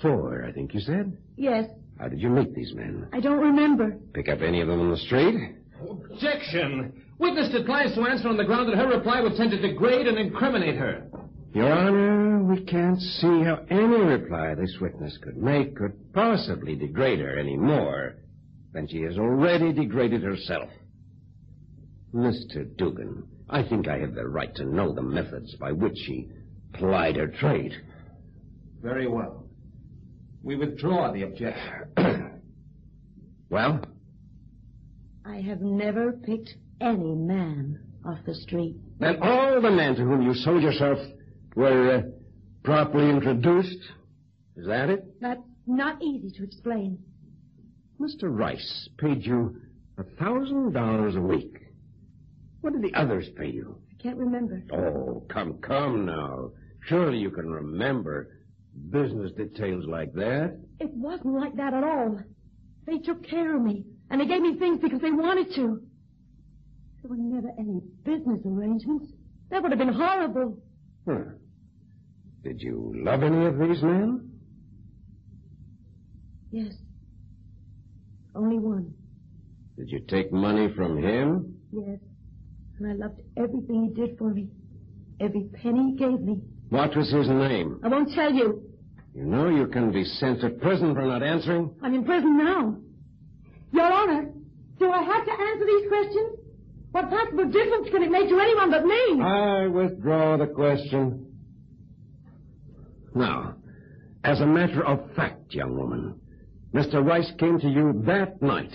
[SPEAKER 5] Four, I think you said.
[SPEAKER 9] yes.
[SPEAKER 5] How did you meet these men?
[SPEAKER 9] I don't remember.
[SPEAKER 5] Pick up any of them on the street?
[SPEAKER 4] Objection. Witness declines to answer on the ground that her reply would tend to degrade and incriminate her.
[SPEAKER 5] Your Honor, we can't see how any reply this witness could make could possibly degrade her any more than she has already degraded herself. Mr. Dugan, I think I have the right to know the methods by which she plied her trade.
[SPEAKER 4] Very well. We withdraw the objection.
[SPEAKER 5] *clears throat* Well?
[SPEAKER 9] I have never picked any man off the street.
[SPEAKER 5] Then all the men to whom you sold yourself were uh, properly introduced? Is that it?
[SPEAKER 9] That's not easy to explain.
[SPEAKER 5] Mr. Rice paid you a thousand dollars a week. What did the others pay you?
[SPEAKER 9] I can't remember.
[SPEAKER 5] Oh, come, come now. Surely you can remember business details like that.
[SPEAKER 9] It wasn't like that at all. They took care of me, and they gave me things because they wanted to. There were never any business arrangements. That would have been horrible.
[SPEAKER 5] Huh. Did you love any of these men?
[SPEAKER 9] Yes. Only one.
[SPEAKER 5] Did you take money from him?
[SPEAKER 9] Yes. And I loved everything he did for me. Every penny he gave me.
[SPEAKER 5] What was his name?
[SPEAKER 9] I won't tell you.
[SPEAKER 5] You know you can be sent to prison for not answering.
[SPEAKER 9] I'm in prison now. Your Honor, do I have to answer these questions? What possible difference can it make to anyone but me?
[SPEAKER 5] I withdraw the question. Now, as a matter of fact, young woman, Mr. Rice came to you that night.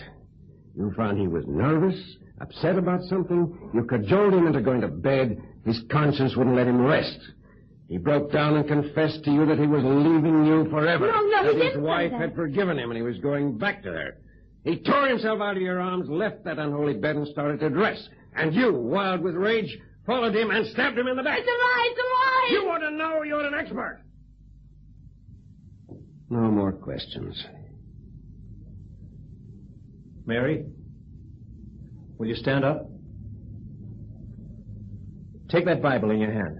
[SPEAKER 5] You found he was nervous, upset about something. You cajoled him into going to bed. His conscience wouldn't let him rest. He broke down and confessed to you that he was leaving you forever.
[SPEAKER 9] No, no,
[SPEAKER 5] that
[SPEAKER 9] he
[SPEAKER 5] his
[SPEAKER 9] didn't say
[SPEAKER 5] wife
[SPEAKER 9] that.
[SPEAKER 5] had forgiven him and he was going back to her. He tore himself out of your arms, left that unholy bed, and started to dress. And you, wild with rage, followed him and stabbed him in the back.
[SPEAKER 9] It's a lie, it's a lie!
[SPEAKER 5] You ought to know you're an expert.
[SPEAKER 13] No more questions.
[SPEAKER 5] Mary, will you stand up? Take that Bible in your hand.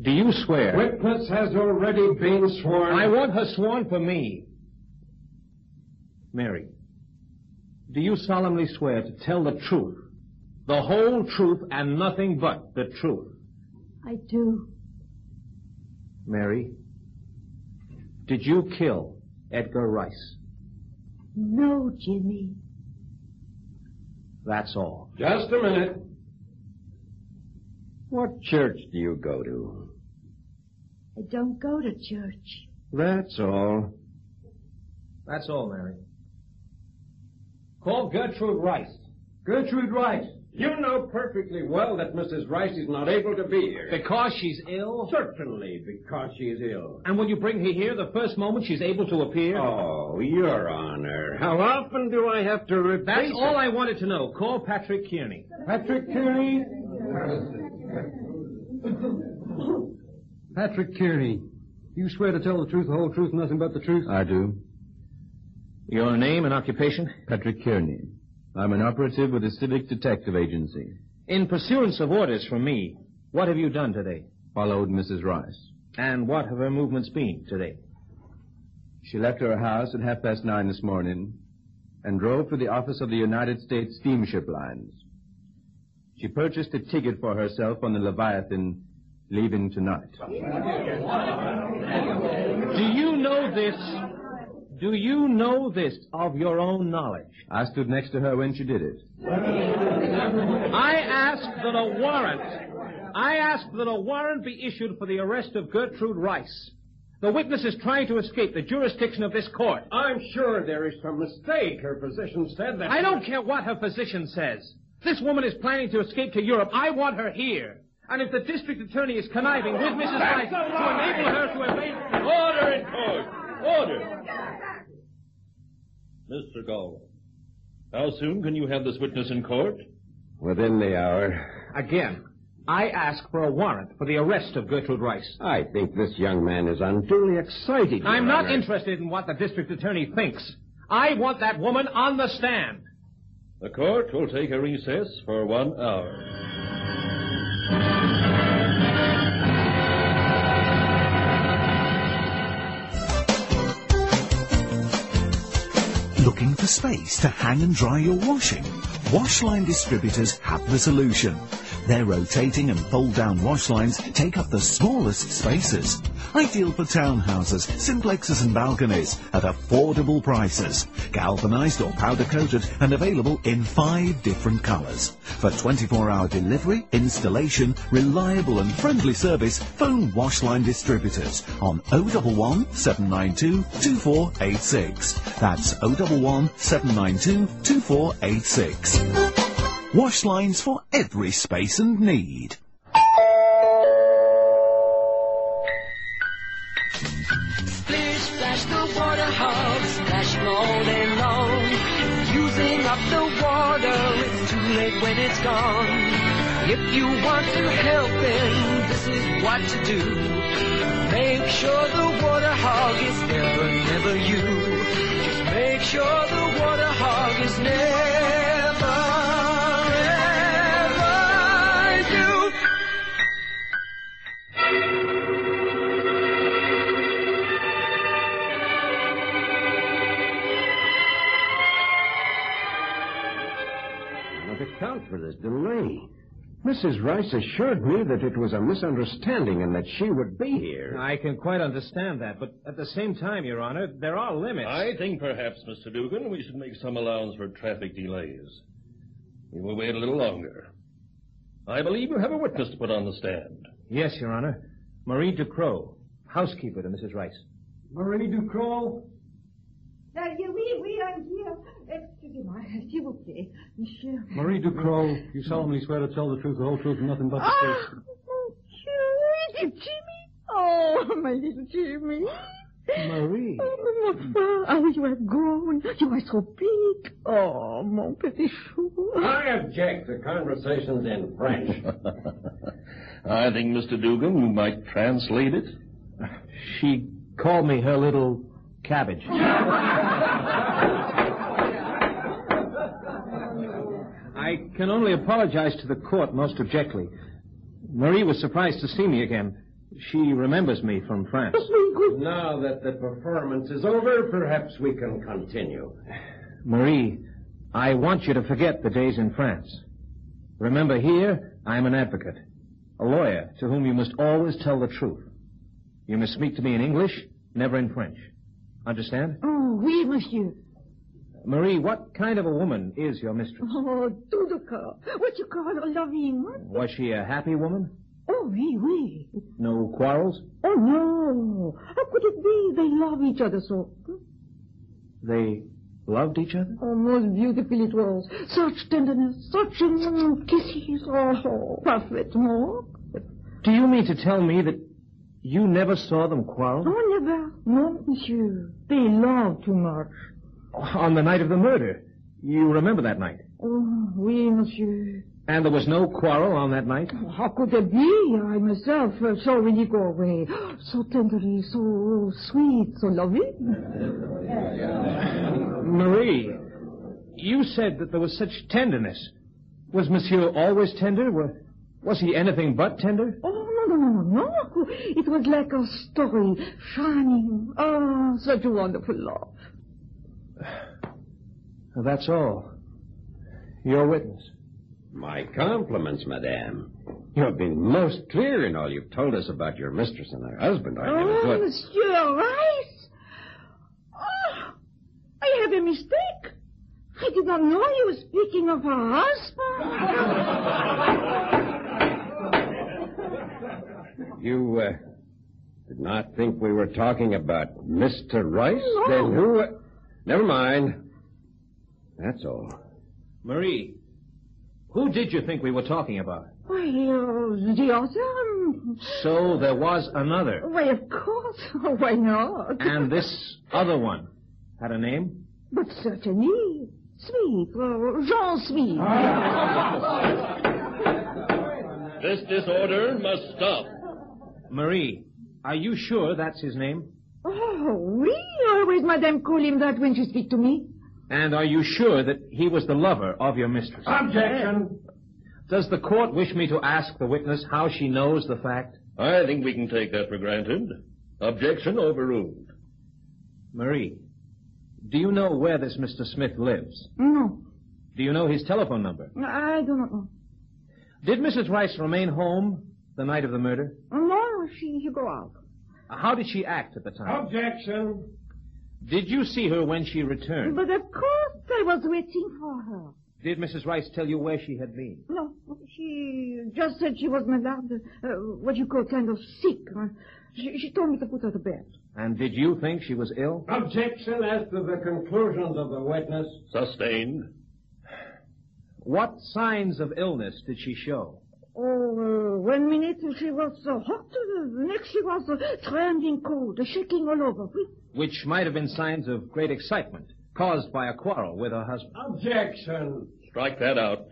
[SPEAKER 5] Do you swear?
[SPEAKER 24] Witness has already been sworn.
[SPEAKER 5] I want her sworn for me. Mary, do you solemnly swear to tell the truth, the whole truth, and nothing but the truth?
[SPEAKER 25] I do.
[SPEAKER 5] Mary, did you kill Edgar Rice?
[SPEAKER 25] No, Jimmy.
[SPEAKER 5] That's all.
[SPEAKER 24] Just a minute.
[SPEAKER 13] What church do you go to?
[SPEAKER 25] I don't go to church.
[SPEAKER 13] That's all.
[SPEAKER 5] That's all, Mary. Call Gertrude Rice.
[SPEAKER 24] Gertrude Rice. You know perfectly well that Mrs. Rice is not able to be here.
[SPEAKER 5] Because she's ill?
[SPEAKER 24] Certainly, because she is ill.
[SPEAKER 5] And will you bring her here the first moment she's able to appear?
[SPEAKER 24] Oh, Your Honor, how often do I have to repeat?
[SPEAKER 5] That's
[SPEAKER 24] it?
[SPEAKER 5] all I wanted to know. Call Patrick Kearney.
[SPEAKER 24] Patrick Kearney.
[SPEAKER 26] Patrick Kearney, you swear to tell the truth, the whole truth, nothing but the truth?
[SPEAKER 27] I do.
[SPEAKER 5] Your name and occupation?
[SPEAKER 27] Patrick Kearney. I'm an operative with the Civic Detective Agency.
[SPEAKER 5] In pursuance of orders from me, what have you done today?
[SPEAKER 27] Followed Mrs. Rice.
[SPEAKER 5] And what have her movements been today?
[SPEAKER 27] She left her house at half past nine this morning and drove for the office of the United States Steamship Lines. She purchased a ticket for herself on the Leviathan, leaving tonight.
[SPEAKER 5] Do you know this? Do you know this of your own knowledge?
[SPEAKER 27] I stood next to her when she did it.
[SPEAKER 5] I ask that a warrant, I ask that a warrant be issued for the arrest of Gertrude Rice. The witness is trying to escape the jurisdiction of this court.
[SPEAKER 24] I'm sure there is some mistake. Her physician said that.
[SPEAKER 5] I don't care what her physician says. This woman is planning to escape to Europe. I want her here. And if the district attorney is conniving with Mrs. Rice to enable her to evade...
[SPEAKER 4] Order in court! Order! Mr. Galway, how soon can you have this witness in court?
[SPEAKER 13] Within the hour.
[SPEAKER 5] Again, I ask for a warrant for the arrest of Gertrude Rice.
[SPEAKER 13] I think this young man is unduly excited. Your
[SPEAKER 5] I'm not
[SPEAKER 13] Honor.
[SPEAKER 5] interested in what the district attorney thinks. I want that woman on the stand.
[SPEAKER 4] The court will take a recess for one hour.
[SPEAKER 28] Looking for space to hang and dry your washing? Washline distributors have the solution. Their rotating and fold down washlines take up the smallest spaces. Ideal for townhouses, simplexes and balconies at affordable prices. Galvanized or powder coated and available in five different colors. For 24 hour delivery, installation, reliable and friendly service, phone Washline distributors on 011 792 2486. That's 011 792 2486. Wash lines for every space and need.
[SPEAKER 6] Splish, splash the water hog, splash them all day long. Using up the water, it's too late when it's gone. If you want to help him, this is what to do. Make sure the water hog is never, never you. Just make sure the water hog is never, ever you.
[SPEAKER 13] cannot account for this delay. Mrs. Rice assured me that it was a misunderstanding and that she would be here.
[SPEAKER 5] I can quite understand that, but at the same time, Your Honor, there are limits.
[SPEAKER 4] I think perhaps, Mr. Dugan, we should make some allowance for traffic delays. We will wait a little longer. I believe you have a witness to put on the stand.
[SPEAKER 5] Yes, Your Honor. Marie Ducrow, housekeeper to Mrs. Rice.
[SPEAKER 24] Marie Ducrow.
[SPEAKER 9] Now, you oui, oui, I'm here. Excusez-moi, s'il vous plaît, monsieur.
[SPEAKER 26] Marie Ducrow, you solemnly swear to tell the truth, the whole truth, and nothing but the truth.
[SPEAKER 9] Ah, oh, cute Jimmy. Oh, my little Jimmy.
[SPEAKER 26] Marie.
[SPEAKER 9] Oh, mon enfant, how you have grown. You are so big. Oh, mon petit chou.
[SPEAKER 24] I object to conversations in French.
[SPEAKER 4] I think, Mr. Dugan, you might translate it.
[SPEAKER 5] She
[SPEAKER 29] called me her little cabbage.
[SPEAKER 5] I can only apologize to the court most abjectly. Marie was surprised to see me again. She remembers me from France.
[SPEAKER 4] Now that the performance is over, perhaps we can continue.
[SPEAKER 5] Marie, I want you to forget the days in France. Remember, here, I'm an advocate, a lawyer to whom you must always tell the truth. You must speak to me in English, never in French. Understand?
[SPEAKER 9] Oh, oui, monsieur.
[SPEAKER 5] Marie, what kind of a woman is your mistress?
[SPEAKER 9] Oh, Dudaka. What you call a loving one?
[SPEAKER 5] Was she a happy woman?
[SPEAKER 9] Oh, oui, oui.
[SPEAKER 5] No quarrels?
[SPEAKER 9] Oh, no. How could it be they love each other so?
[SPEAKER 5] They loved each other?
[SPEAKER 9] Oh, most beautiful it was. Such tenderness, such mm, kisses. Oh, perfect, no?
[SPEAKER 5] Do you mean to tell me that you never saw them quarrel?
[SPEAKER 9] Oh, never. No, monsieur. They love too much.
[SPEAKER 5] On the night of the murder. You remember that night.
[SPEAKER 9] Oh, oui, monsieur.
[SPEAKER 5] And there was no quarrel on that night?
[SPEAKER 9] How could it be? I myself uh, saw Winnie go away. *gasps* So tenderly, so sweet, so loving.
[SPEAKER 5] Marie, you said that there was such tenderness. Was Monsieur always tender? Wa- Was he anything but tender?
[SPEAKER 9] Oh, no, no, no, no, no. It was like a story, shining. Oh, such a wonderful love.
[SPEAKER 5] That's all. Your witness.
[SPEAKER 4] My compliments, madame. You have been most clear in all you've told us about your mistress and her husband. I never
[SPEAKER 9] oh,
[SPEAKER 4] thought.
[SPEAKER 9] Monsieur Rice! Oh, I have a mistake. I did not know you were speaking of her husband.
[SPEAKER 4] You uh, did not think we were talking about Mr. Rice?
[SPEAKER 9] No.
[SPEAKER 4] Then who? uh, Never mind. That's all.
[SPEAKER 5] Marie, who did you think we were talking about?
[SPEAKER 9] Why, uh, the other?
[SPEAKER 5] So there was another.
[SPEAKER 9] Why, of course. *laughs* Oh, Why not?
[SPEAKER 5] And this other one had a name?
[SPEAKER 9] But certainly, sweet, uh, Jean Sweet.
[SPEAKER 29] This disorder must stop.
[SPEAKER 5] Marie, are you sure that's his name?
[SPEAKER 9] oh, oui, always Madame call him that when she speak to me.
[SPEAKER 5] And are you sure that he was the lover of your mistress?
[SPEAKER 4] Objection.
[SPEAKER 5] Does the court wish me to ask the witness how she knows the fact?
[SPEAKER 29] I think we can take that for granted. Objection overruled.
[SPEAKER 5] Marie, do you know where this Mr. Smith lives?
[SPEAKER 9] No,
[SPEAKER 5] Do you know his telephone number?
[SPEAKER 9] I do not know.
[SPEAKER 5] Did Mrs. Rice remain home the night of the murder?
[SPEAKER 9] No, she, she go out.
[SPEAKER 5] How did she act at the time?
[SPEAKER 4] Objection.
[SPEAKER 5] Did you see her when she returned?
[SPEAKER 9] But of course I was waiting for her.
[SPEAKER 5] Did Mrs. Rice tell you where she had been?
[SPEAKER 9] No, she just said she was malade, uh, what you call kind of sick. Uh, she, she told me to put her to bed.
[SPEAKER 5] And did you think she was ill? Objection as to the conclusions of the witness.
[SPEAKER 29] Sustained.
[SPEAKER 5] What signs of illness did she show?
[SPEAKER 9] Oh, uh, one minute she was uh, hot, uh, the next she was uh, trembling cold, uh, shaking all over.
[SPEAKER 5] Which might have been signs of great excitement caused by a quarrel with her husband.
[SPEAKER 4] Objection.
[SPEAKER 29] Strike that out.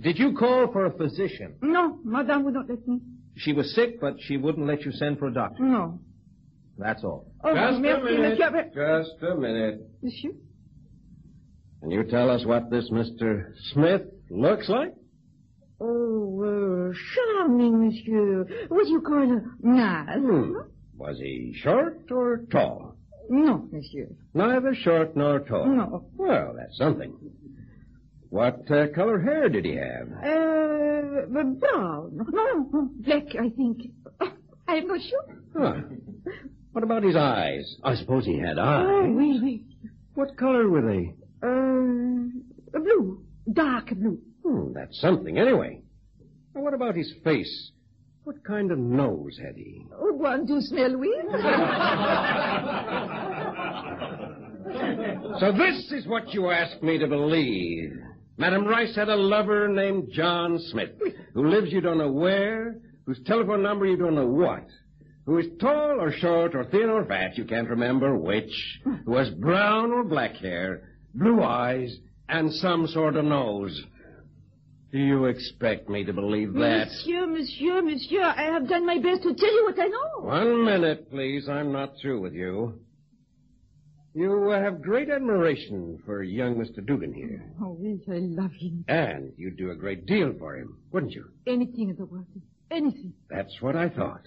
[SPEAKER 5] Did you call for a physician?
[SPEAKER 9] No, Madame would not let me.
[SPEAKER 5] She was sick, but she wouldn't let you send for a doctor.
[SPEAKER 9] No.
[SPEAKER 5] That's all.
[SPEAKER 9] Oh, merci, monsieur.
[SPEAKER 4] Just a minute.
[SPEAKER 9] Monsieur?
[SPEAKER 4] Can you tell us what this Mr. Smith looks like?
[SPEAKER 9] Oh, uh, charming, monsieur. What you call uh, her? Nice.
[SPEAKER 4] Hmm.
[SPEAKER 5] Hmm.
[SPEAKER 4] Was he short or tall?
[SPEAKER 9] No, monsieur.
[SPEAKER 4] Neither short nor tall.
[SPEAKER 9] No.
[SPEAKER 4] Well, that's something. What uh, color hair did he have?
[SPEAKER 9] Uh, but brown. No, black, I think. *laughs* I'm not sure.
[SPEAKER 4] Huh. What about his eyes? I suppose he had
[SPEAKER 9] Oh,
[SPEAKER 4] eyes.
[SPEAKER 9] oui, oui.
[SPEAKER 4] What color were they?
[SPEAKER 30] Euh,
[SPEAKER 9] Uh, blue. Dark blue.
[SPEAKER 4] Hmm, that's something anyway. Now, what about his face? What kind of nose had he?
[SPEAKER 9] Oh, one to smell
[SPEAKER 30] *laughs*
[SPEAKER 9] with.
[SPEAKER 4] So this is what you asked me to believe. Madame Rice had a lover named John Smith, who lives you don't know where, whose telephone number you don't know what, who is tall or short or thin or fat, you can't remember which, who has brown or black hair, blue eyes, and some sort of nose.
[SPEAKER 31] Do you expect me to believe that?
[SPEAKER 30] Monsieur, monsieur, monsieur, I have done my best to tell you what I know.
[SPEAKER 31] One minute, please. I'm not through with you. You uh, have great admiration for young Mr. Dugan here.
[SPEAKER 30] Oh, oui, I love him.
[SPEAKER 31] And you'd do a great deal for him, wouldn't you?
[SPEAKER 30] Anything in the world. Anything.
[SPEAKER 31] That's what I thought.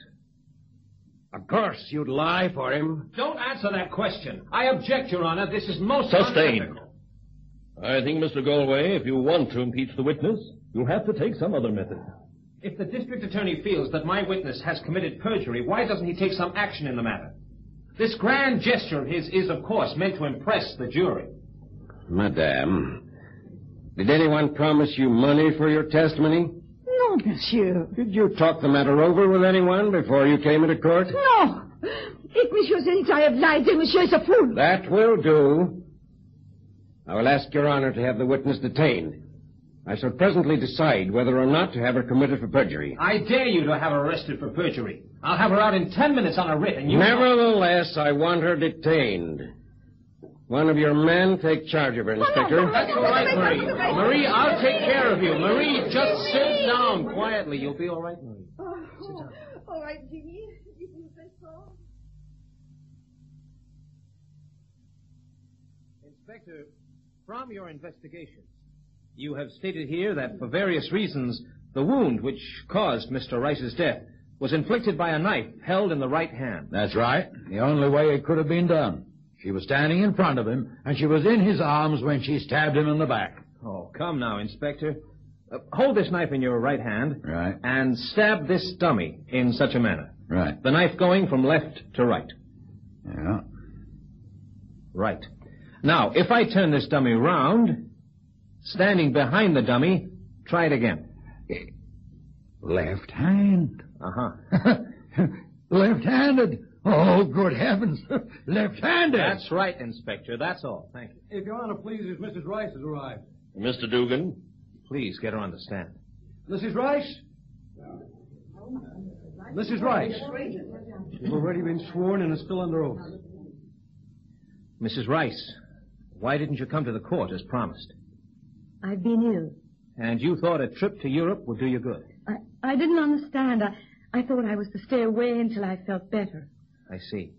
[SPEAKER 31] Of course, you'd lie for him.
[SPEAKER 6] Don't answer that question. I object, Your Honor. This is most
[SPEAKER 4] Sustained. I think, Mr. Galway, if you want to impeach the witness, you have to take some other method.
[SPEAKER 6] If the district attorney feels that my witness has committed perjury, why doesn't he take some action in the matter? This grand gesture of his is, of course, meant to impress the jury.
[SPEAKER 31] Madame, did anyone promise you money for your testimony?
[SPEAKER 30] No, monsieur.
[SPEAKER 31] Did you talk the matter over with anyone before you came into court?
[SPEAKER 30] No. If monsieur thinks I have lied, then monsieur is a fool.
[SPEAKER 31] That will do. I will ask Your Honor to have the witness detained. I shall presently decide whether or not to have her committed for perjury.
[SPEAKER 6] I dare you to have her arrested for perjury. I'll have her out in ten minutes on a writ, and you...
[SPEAKER 31] Nevertheless, I want her detained. One of your men take charge of her, Inspector.
[SPEAKER 6] That's all
[SPEAKER 30] Oh,
[SPEAKER 6] right, Marie. Marie, I'll take care of you. Marie, just sit down quietly. You'll be all right, Marie.
[SPEAKER 30] Oh, All right, Jimmy. If you say so.
[SPEAKER 5] Inspector, from your investigations, you have stated here that for various reasons, the wound which caused Mr. Rice's death was inflicted by a knife held in the right hand.
[SPEAKER 28] That's right. The only way it could have been done. She was standing in front of him, and she was in his arms when she stabbed him in the back.
[SPEAKER 5] Oh, come now, Inspector. Uh, hold this knife in your right hand.
[SPEAKER 28] Right.
[SPEAKER 5] And stab this dummy in such a manner.
[SPEAKER 28] Right.
[SPEAKER 5] The knife going from left to right.
[SPEAKER 28] Yeah.
[SPEAKER 5] Right. Now, if I turn this dummy round, standing behind the dummy, try it again.
[SPEAKER 28] Left hand.
[SPEAKER 5] Uh-huh.
[SPEAKER 32] *laughs*
[SPEAKER 28] Left-handed. Oh, good heavens. Left-handed.
[SPEAKER 5] That's right, Inspector. That's all. Thank you.
[SPEAKER 32] If Your Honor pleases, Mrs. Rice has arrived.
[SPEAKER 4] Mr. Dugan?
[SPEAKER 5] Please get her on the stand.
[SPEAKER 32] Mrs. Rice? Mrs. Rice. You've already been sworn and is still under oath.
[SPEAKER 5] Mrs. Rice, why didn't you come to the court as promised?
[SPEAKER 9] I've been ill.
[SPEAKER 5] And you thought a trip to Europe would do you good.
[SPEAKER 9] I, I didn't understand. I, I thought I was to stay away until I felt better.
[SPEAKER 5] I see.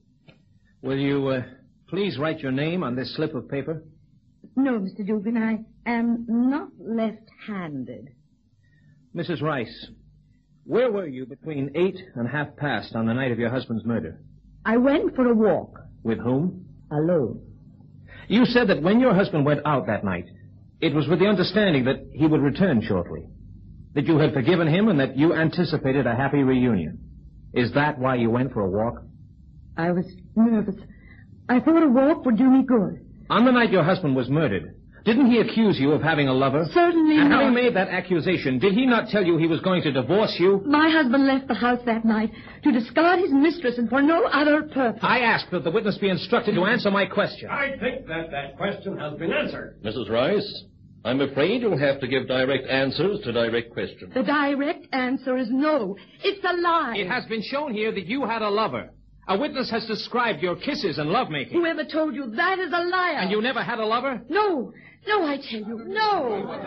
[SPEAKER 5] Will you uh, please write your name on this slip of paper?
[SPEAKER 9] No, Mr. Dugan, I am not left-handed.
[SPEAKER 5] Mrs. Rice, where were you between eight and half past on the night of your husband's murder?
[SPEAKER 9] I went for a walk.
[SPEAKER 5] With whom?
[SPEAKER 9] Alone.
[SPEAKER 5] You said that when your husband went out that night, it was with the understanding that he would return shortly, that you had forgiven him and that you anticipated a happy reunion. Is that why you went for a walk?
[SPEAKER 9] I was nervous. I thought a walk would do me good.
[SPEAKER 5] On the night your husband was murdered, didn't he accuse you of having a lover?
[SPEAKER 9] Certainly
[SPEAKER 5] And
[SPEAKER 9] not.
[SPEAKER 5] having made that accusation, did he not tell you he was going to divorce you?
[SPEAKER 9] My husband left the house that night to discard his mistress and for no other purpose.
[SPEAKER 5] I ask that the witness be instructed to answer my question.
[SPEAKER 32] I think that that question has been answered.
[SPEAKER 4] Mrs. Rice, I'm afraid you'll have to give direct answers to direct questions.
[SPEAKER 9] The direct answer is no. It's a lie.
[SPEAKER 5] It has been shown here that you had a lover. A witness has described your kisses and lovemaking.
[SPEAKER 9] Whoever told you that is a liar.
[SPEAKER 5] And you never had a lover?
[SPEAKER 9] No. No, I tell you. No.
[SPEAKER 33] I,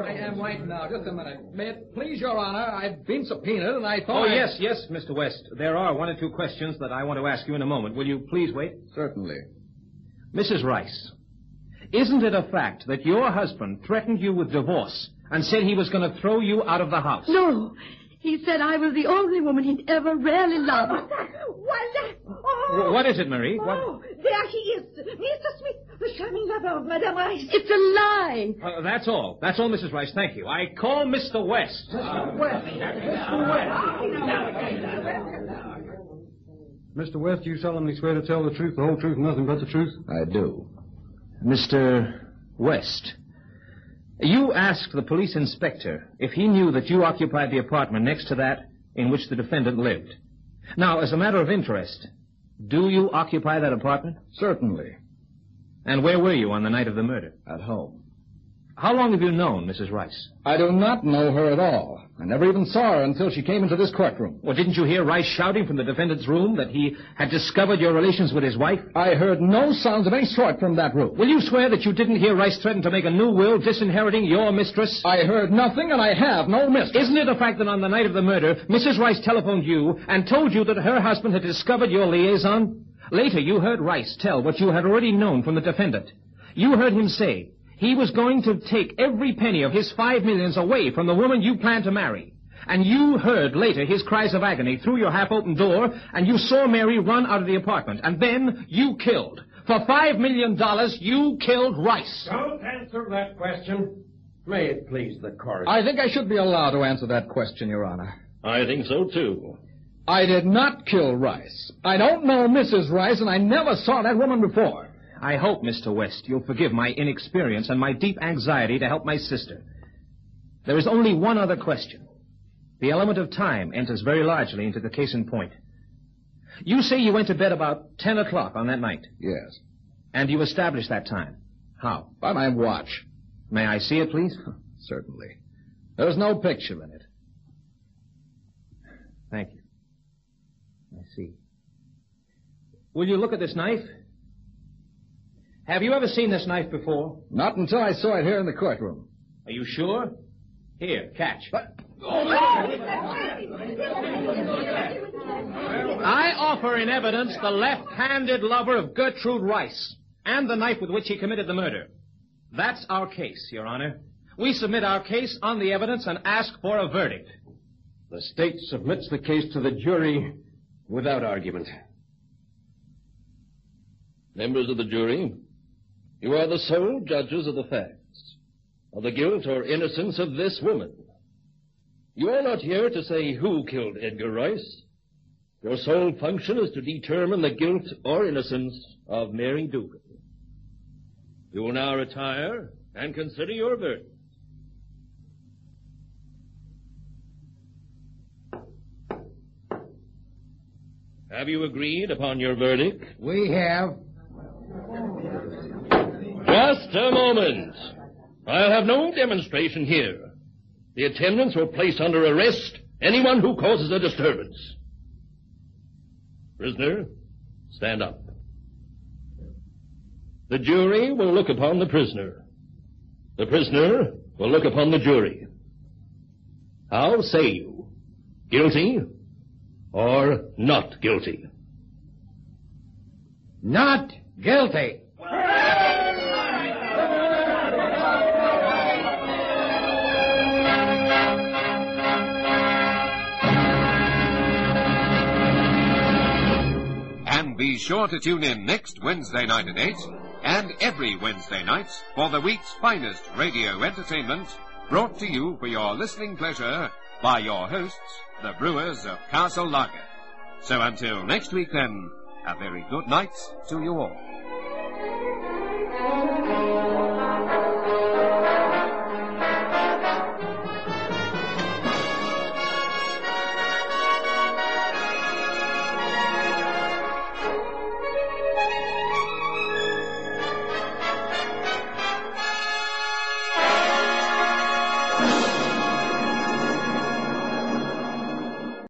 [SPEAKER 33] I am right now. Just a minute. May it please Your Honor, I've been subpoenaed and I
[SPEAKER 5] Oh,
[SPEAKER 33] thought. I-
[SPEAKER 5] yes, yes, Mr. West. There are one or two questions that I want to ask you in a moment. Will you please wait?
[SPEAKER 28] Certainly.
[SPEAKER 5] Mrs. Rice, isn't it a fact that your husband threatened you with divorce and said he was going to throw you out of the house?
[SPEAKER 9] No. He said I was the only woman he'd ever really loved.
[SPEAKER 30] Voila!
[SPEAKER 5] W-
[SPEAKER 30] Oh!
[SPEAKER 5] What is it, Marie? What?
[SPEAKER 30] Oh, there he is. Mr. Sweet, the charming lover of Madame Rice.
[SPEAKER 9] It's a lie.
[SPEAKER 5] Uh, that's all. That's all, Mrs. Rice. Thank you. I call Mr. West.
[SPEAKER 32] Mr. West, you solemnly swear to tell the truth, the whole truth, and nothing but the truth?
[SPEAKER 28] I do.
[SPEAKER 5] Mr. West, you asked the police inspector if he knew that you occupied the apartment next to that in which the defendant lived. Now, as a matter of interest, do you occupy that apartment?
[SPEAKER 28] Certainly.
[SPEAKER 5] And where were you on the night of the murder?
[SPEAKER 28] At home.
[SPEAKER 4] How long have you known Mrs. Rice?
[SPEAKER 34] I do not know her at all. I never even saw her until she came into this courtroom.
[SPEAKER 4] Well, didn't you hear Rice shouting from the defendant's room that he had discovered your relations with his wife?
[SPEAKER 34] I heard no sounds of any sort from that room.
[SPEAKER 4] Will you swear that you didn't hear Rice threaten to make a new will disinheriting your mistress?
[SPEAKER 34] I heard nothing, and I have no mistress.
[SPEAKER 4] Isn't it a fact that on the night of the murder, Mrs. Rice telephoned you and told you that her husband had discovered your liaison? Later, you heard Rice tell what you had already known from the defendant. You heard him say he was going to take every penny of his five millions away from the woman you planned to marry. And you heard later his cries of agony through your half-open door, and you saw Mary run out of the apartment, and then you killed. For five million dollars, you killed Rice.
[SPEAKER 35] Don't answer that question. May it please the court.
[SPEAKER 34] I think I should be allowed to answer that question, Your Honor.
[SPEAKER 5] I think so, too.
[SPEAKER 34] I did not kill Rice. I don't know Mrs. Rice, and I never saw that woman before.
[SPEAKER 4] I hope, Mr. West, you'll forgive my inexperience and my deep anxiety to help my sister. There is only one other question. The element of time enters very largely into the case in point. You say you went to bed about 10 o'clock on that night.
[SPEAKER 34] Yes.
[SPEAKER 4] And you established that time. How?
[SPEAKER 34] By my watch.
[SPEAKER 4] May I see it, please?
[SPEAKER 34] Certainly. There's no picture in it.
[SPEAKER 4] Thank you. I see. Will you look at this knife? Have you ever seen this knife before?
[SPEAKER 34] Not until I saw it here in the courtroom.
[SPEAKER 4] Are you sure? Here, catch.
[SPEAKER 34] But...
[SPEAKER 4] I offer in evidence the left-handed lover of Gertrude Rice and the knife with which he committed the murder. That's our case, Your Honor. We submit our case on the evidence and ask for a verdict.
[SPEAKER 35] The state submits the case to the jury without argument.
[SPEAKER 5] Members of the jury, you are the sole judges of the facts, of the guilt or innocence of this woman. You are not here to say who killed Edgar Rice. Your sole function is to determine the guilt or innocence of Mary Dugan. You will now retire and consider your verdict. Have you agreed upon your verdict?
[SPEAKER 34] We have.
[SPEAKER 5] Just a moment. I'll have no demonstration here. The attendants will place under arrest anyone who causes a disturbance. Prisoner, stand up. The jury will look upon the prisoner. The prisoner will look upon the jury. How say you? Guilty or not guilty?
[SPEAKER 36] Not guilty.
[SPEAKER 1] And be sure to tune in next Wednesday night at 8 and every Wednesday night for the week's finest radio entertainment brought to you for your listening pleasure by your hosts, the brewers of Castle Lager. So until next week then, a very good night to you all.